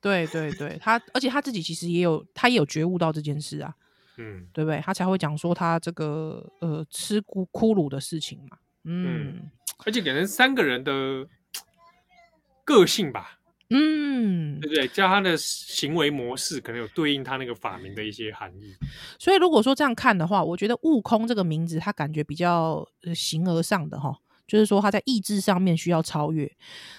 [SPEAKER 3] 对对对，他而且他自己其实也有，他也有觉悟到这件事啊，
[SPEAKER 2] 嗯，
[SPEAKER 3] 对不对？他才会讲说他这个呃吃咕骷髅的事情嘛。嗯
[SPEAKER 2] 而且可能三个人的个性吧，
[SPEAKER 3] 嗯
[SPEAKER 2] 对，不对？加他的行为模式，可能有对应他那个法名的一些含义。
[SPEAKER 3] 所以如果说这样看的话，我觉得悟空这个名字，他感觉比较呃形而上的哈，就是说他在意志上面需要超越。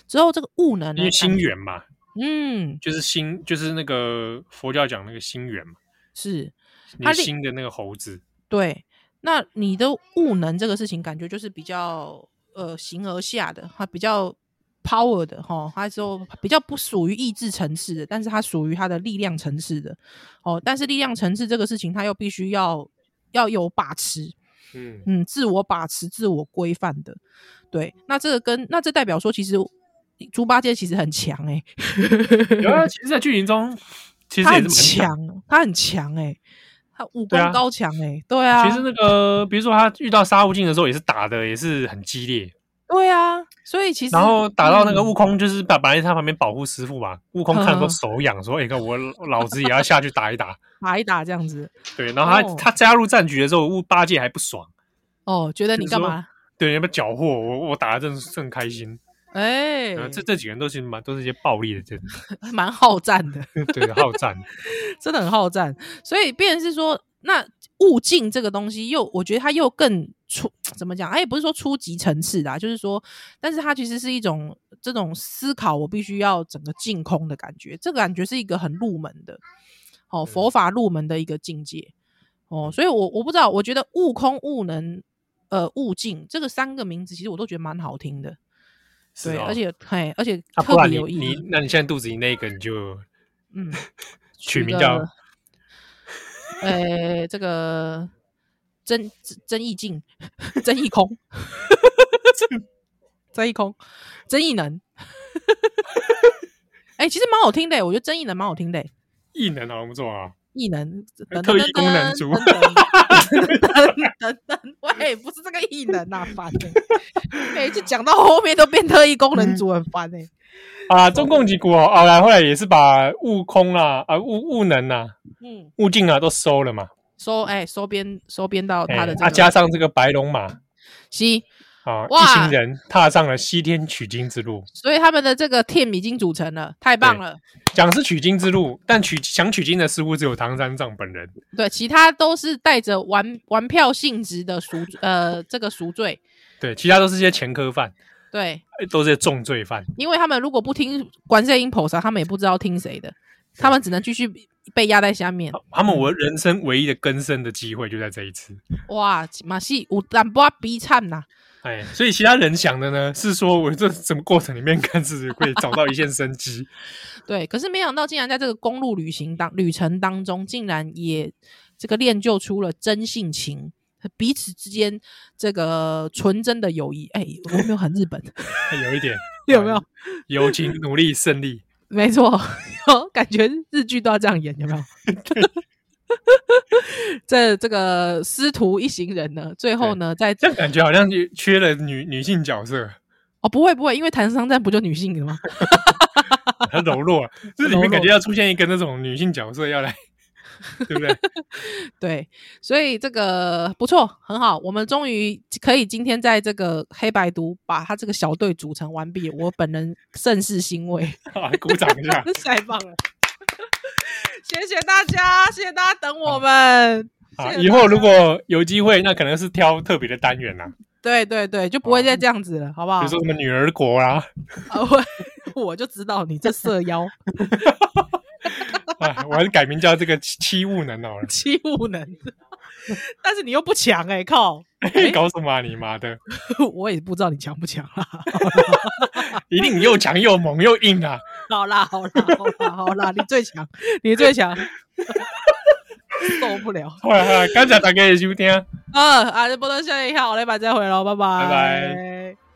[SPEAKER 3] 之后这个悟能呢
[SPEAKER 2] 因为，
[SPEAKER 3] 感
[SPEAKER 2] 心
[SPEAKER 3] 觉
[SPEAKER 2] 源嘛，
[SPEAKER 3] 嗯
[SPEAKER 2] 就是心，就是那个佛教讲那个心源嘛，
[SPEAKER 3] 是
[SPEAKER 2] 你
[SPEAKER 3] 他是
[SPEAKER 2] 心的那个猴子。
[SPEAKER 3] 对。那你的悟能这个事情，感觉就是比较呃形而下的，它比较 power 的哈，它之后比较不属于意志层次的，但是它属于它的力量层次的哦。但是力量层次这个事情，它又必须要要有把持，
[SPEAKER 2] 嗯
[SPEAKER 3] 嗯，自我把持、自我规范的。对，那这个跟那这代表说，其实猪八戒其实很强哎、
[SPEAKER 2] 有啊，其实，在剧情中，其实
[SPEAKER 3] 他
[SPEAKER 2] 也
[SPEAKER 3] 很
[SPEAKER 2] 是蛮强。
[SPEAKER 3] 强，他很强哎、他武
[SPEAKER 2] 对啊
[SPEAKER 3] 功高强哎、对啊，
[SPEAKER 2] 其实那个，比如说他遇到沙悟净的时候，也是打的也是很激烈，
[SPEAKER 3] 对啊，所以其实
[SPEAKER 2] 然后打到那个
[SPEAKER 3] 嗯
[SPEAKER 2] 悟空，就是把本来他旁边保护师傅嘛，悟空看
[SPEAKER 3] 嗯
[SPEAKER 2] 说
[SPEAKER 3] 嗯
[SPEAKER 2] 手痒，
[SPEAKER 3] (laughs)
[SPEAKER 2] 说：“哎、看我老子也要下去打一打。”
[SPEAKER 3] 打一打这样子
[SPEAKER 2] 对，然后他、
[SPEAKER 3] 哦
[SPEAKER 2] 他加入战局的时候，悟八戒还不爽，
[SPEAKER 3] 哦，觉得
[SPEAKER 2] 就
[SPEAKER 3] 你
[SPEAKER 2] 是
[SPEAKER 3] 干
[SPEAKER 2] 说
[SPEAKER 3] 嘛？
[SPEAKER 2] 对，要不要缴获我？我打的正正开心。
[SPEAKER 3] 哎、
[SPEAKER 2] 呃这这几个人都是蛮都是一些暴力的，这
[SPEAKER 3] (laughs) 蛮好战的，
[SPEAKER 2] 对好战。
[SPEAKER 3] 真的很好战。所以，变成是说，那悟境这个东西又，我觉得它又更初怎么讲？它也不是说初级层次啦，就是说，但是它其实是一种这种思考，我必须要整个净空的感觉。这个感觉是一个很入门的，
[SPEAKER 2] 嗯
[SPEAKER 3] 哦，佛法入门的一个境界。哦，所以我我不知道，我觉得悟空、悟能、呃悟境这个三个名字，其实我都觉得蛮好听的。
[SPEAKER 2] 是
[SPEAKER 3] 对，
[SPEAKER 2] 哦
[SPEAKER 3] 而且嘿，而且
[SPEAKER 2] 啊、
[SPEAKER 3] 特
[SPEAKER 2] 不然
[SPEAKER 3] 别
[SPEAKER 2] 你
[SPEAKER 3] 有意义。
[SPEAKER 2] 你那你现在肚子里那个你就 (laughs)
[SPEAKER 3] 嗯，
[SPEAKER 2] 取名
[SPEAKER 3] 个
[SPEAKER 2] 叫
[SPEAKER 3] 呃这个真真意境、真意空、 (laughs) 真意空、真意能。哎、其实蛮好听的，我觉得真意能蛮好听的。
[SPEAKER 2] 异能好像不错啊。
[SPEAKER 3] 异能，等
[SPEAKER 2] 特异功能族
[SPEAKER 3] 等等等等等，喂，不是这个异能啊，烦哎、每次讲到后面都变特异功能组，很烦哎、
[SPEAKER 2] 啊，中共几股哦，啊，来后来也是把悟空啦、啊、悟悟能啦、
[SPEAKER 3] 嗯，
[SPEAKER 2] 悟净啊都收了嘛，
[SPEAKER 3] 收哎、收编收编到哦他的
[SPEAKER 2] 哎
[SPEAKER 3] 这
[SPEAKER 2] 啊
[SPEAKER 3] 个
[SPEAKER 2] 加上这个白龙马
[SPEAKER 3] 西，
[SPEAKER 2] 啊，
[SPEAKER 3] 哇
[SPEAKER 2] 一行人踏上了西天取经之路。
[SPEAKER 3] 所以他们的这个 team 已经组成了，太棒了。
[SPEAKER 2] 讲是取经之路，但取想取经的似乎只有唐三藏本人。
[SPEAKER 3] 对，其他都是带着玩玩票性质的赎呃这个赎罪。
[SPEAKER 2] 对，其他都是些前科犯，
[SPEAKER 3] 对，
[SPEAKER 2] 哎都是些重罪犯。
[SPEAKER 3] 因为他们如果不听观世音菩萨，他们也不知道听谁的，他们只能继续被压在下面。
[SPEAKER 2] 他们我人生唯一的更生的机会就在这一次。
[SPEAKER 3] 哇，马戏有淡薄逼惨呐！
[SPEAKER 2] 哎，所以其他人想的呢，是说我这整个过程里面看是会找到一线生机。
[SPEAKER 3] 对，可是没想到竟然在这个公路旅行当旅程当中，竟然也这个练就出了真性情。彼此之间这个纯真的友谊，哎、我有没有很日本？
[SPEAKER 2] 哎有一点
[SPEAKER 3] (laughs) 有没有？
[SPEAKER 2] 友情、努力、胜利，
[SPEAKER 3] 没错， (laughs) 有感觉日剧都要这样演，有没有？ (laughs) 这这个师徒一行人呢，最后呢，在
[SPEAKER 2] 这样感觉好像就缺了女女性角色，
[SPEAKER 3] 哦不会不会，因为谭商战不就女性的吗？ (laughs)
[SPEAKER 2] 很柔弱，就是里
[SPEAKER 3] 柔弱
[SPEAKER 2] 面感觉要出现一个那种女性角色要来， (laughs) 对不对？
[SPEAKER 3] 对，所以这个不错，很好，我们终于可以今天在这个黑白读把他这个小队组成完毕，我本人甚是欣
[SPEAKER 2] (laughs)
[SPEAKER 3] 慰，
[SPEAKER 2] 啊，鼓掌一
[SPEAKER 3] (laughs)
[SPEAKER 2] 下。
[SPEAKER 3] 太棒了。谢谢大家，谢谢大家等我们。
[SPEAKER 2] 啊，
[SPEAKER 3] 谢谢
[SPEAKER 2] 以
[SPEAKER 3] 大
[SPEAKER 2] 后
[SPEAKER 3] 家
[SPEAKER 2] 如果有机会，那可能是挑特别的单元啦，
[SPEAKER 3] 对对对，就不会再这样子了，好不好？
[SPEAKER 2] 比如说什么女儿国啦，
[SPEAKER 3] 啊，我我 (laughs) 就知道你这色妖。
[SPEAKER 2] 啊，我还是改名叫这个七七物能好了
[SPEAKER 3] 欺负人，但是你又不强 (laughs) 哎、靠！ (laughs)
[SPEAKER 2] 搞什么啊你妈的！
[SPEAKER 3] 我也不知道你强不强啊啦。
[SPEAKER 2] 一定又强又猛又硬啊！
[SPEAKER 3] (laughs) 好啦，好啦，好啦，好啦，你最强，你最强， (laughs) 受不了。 (laughs) 啊
[SPEAKER 2] 好啦好啦，感谢大家的收听。
[SPEAKER 3] 嗯啊，这波多下一下，我来把再回喽，拜拜，
[SPEAKER 2] 拜拜。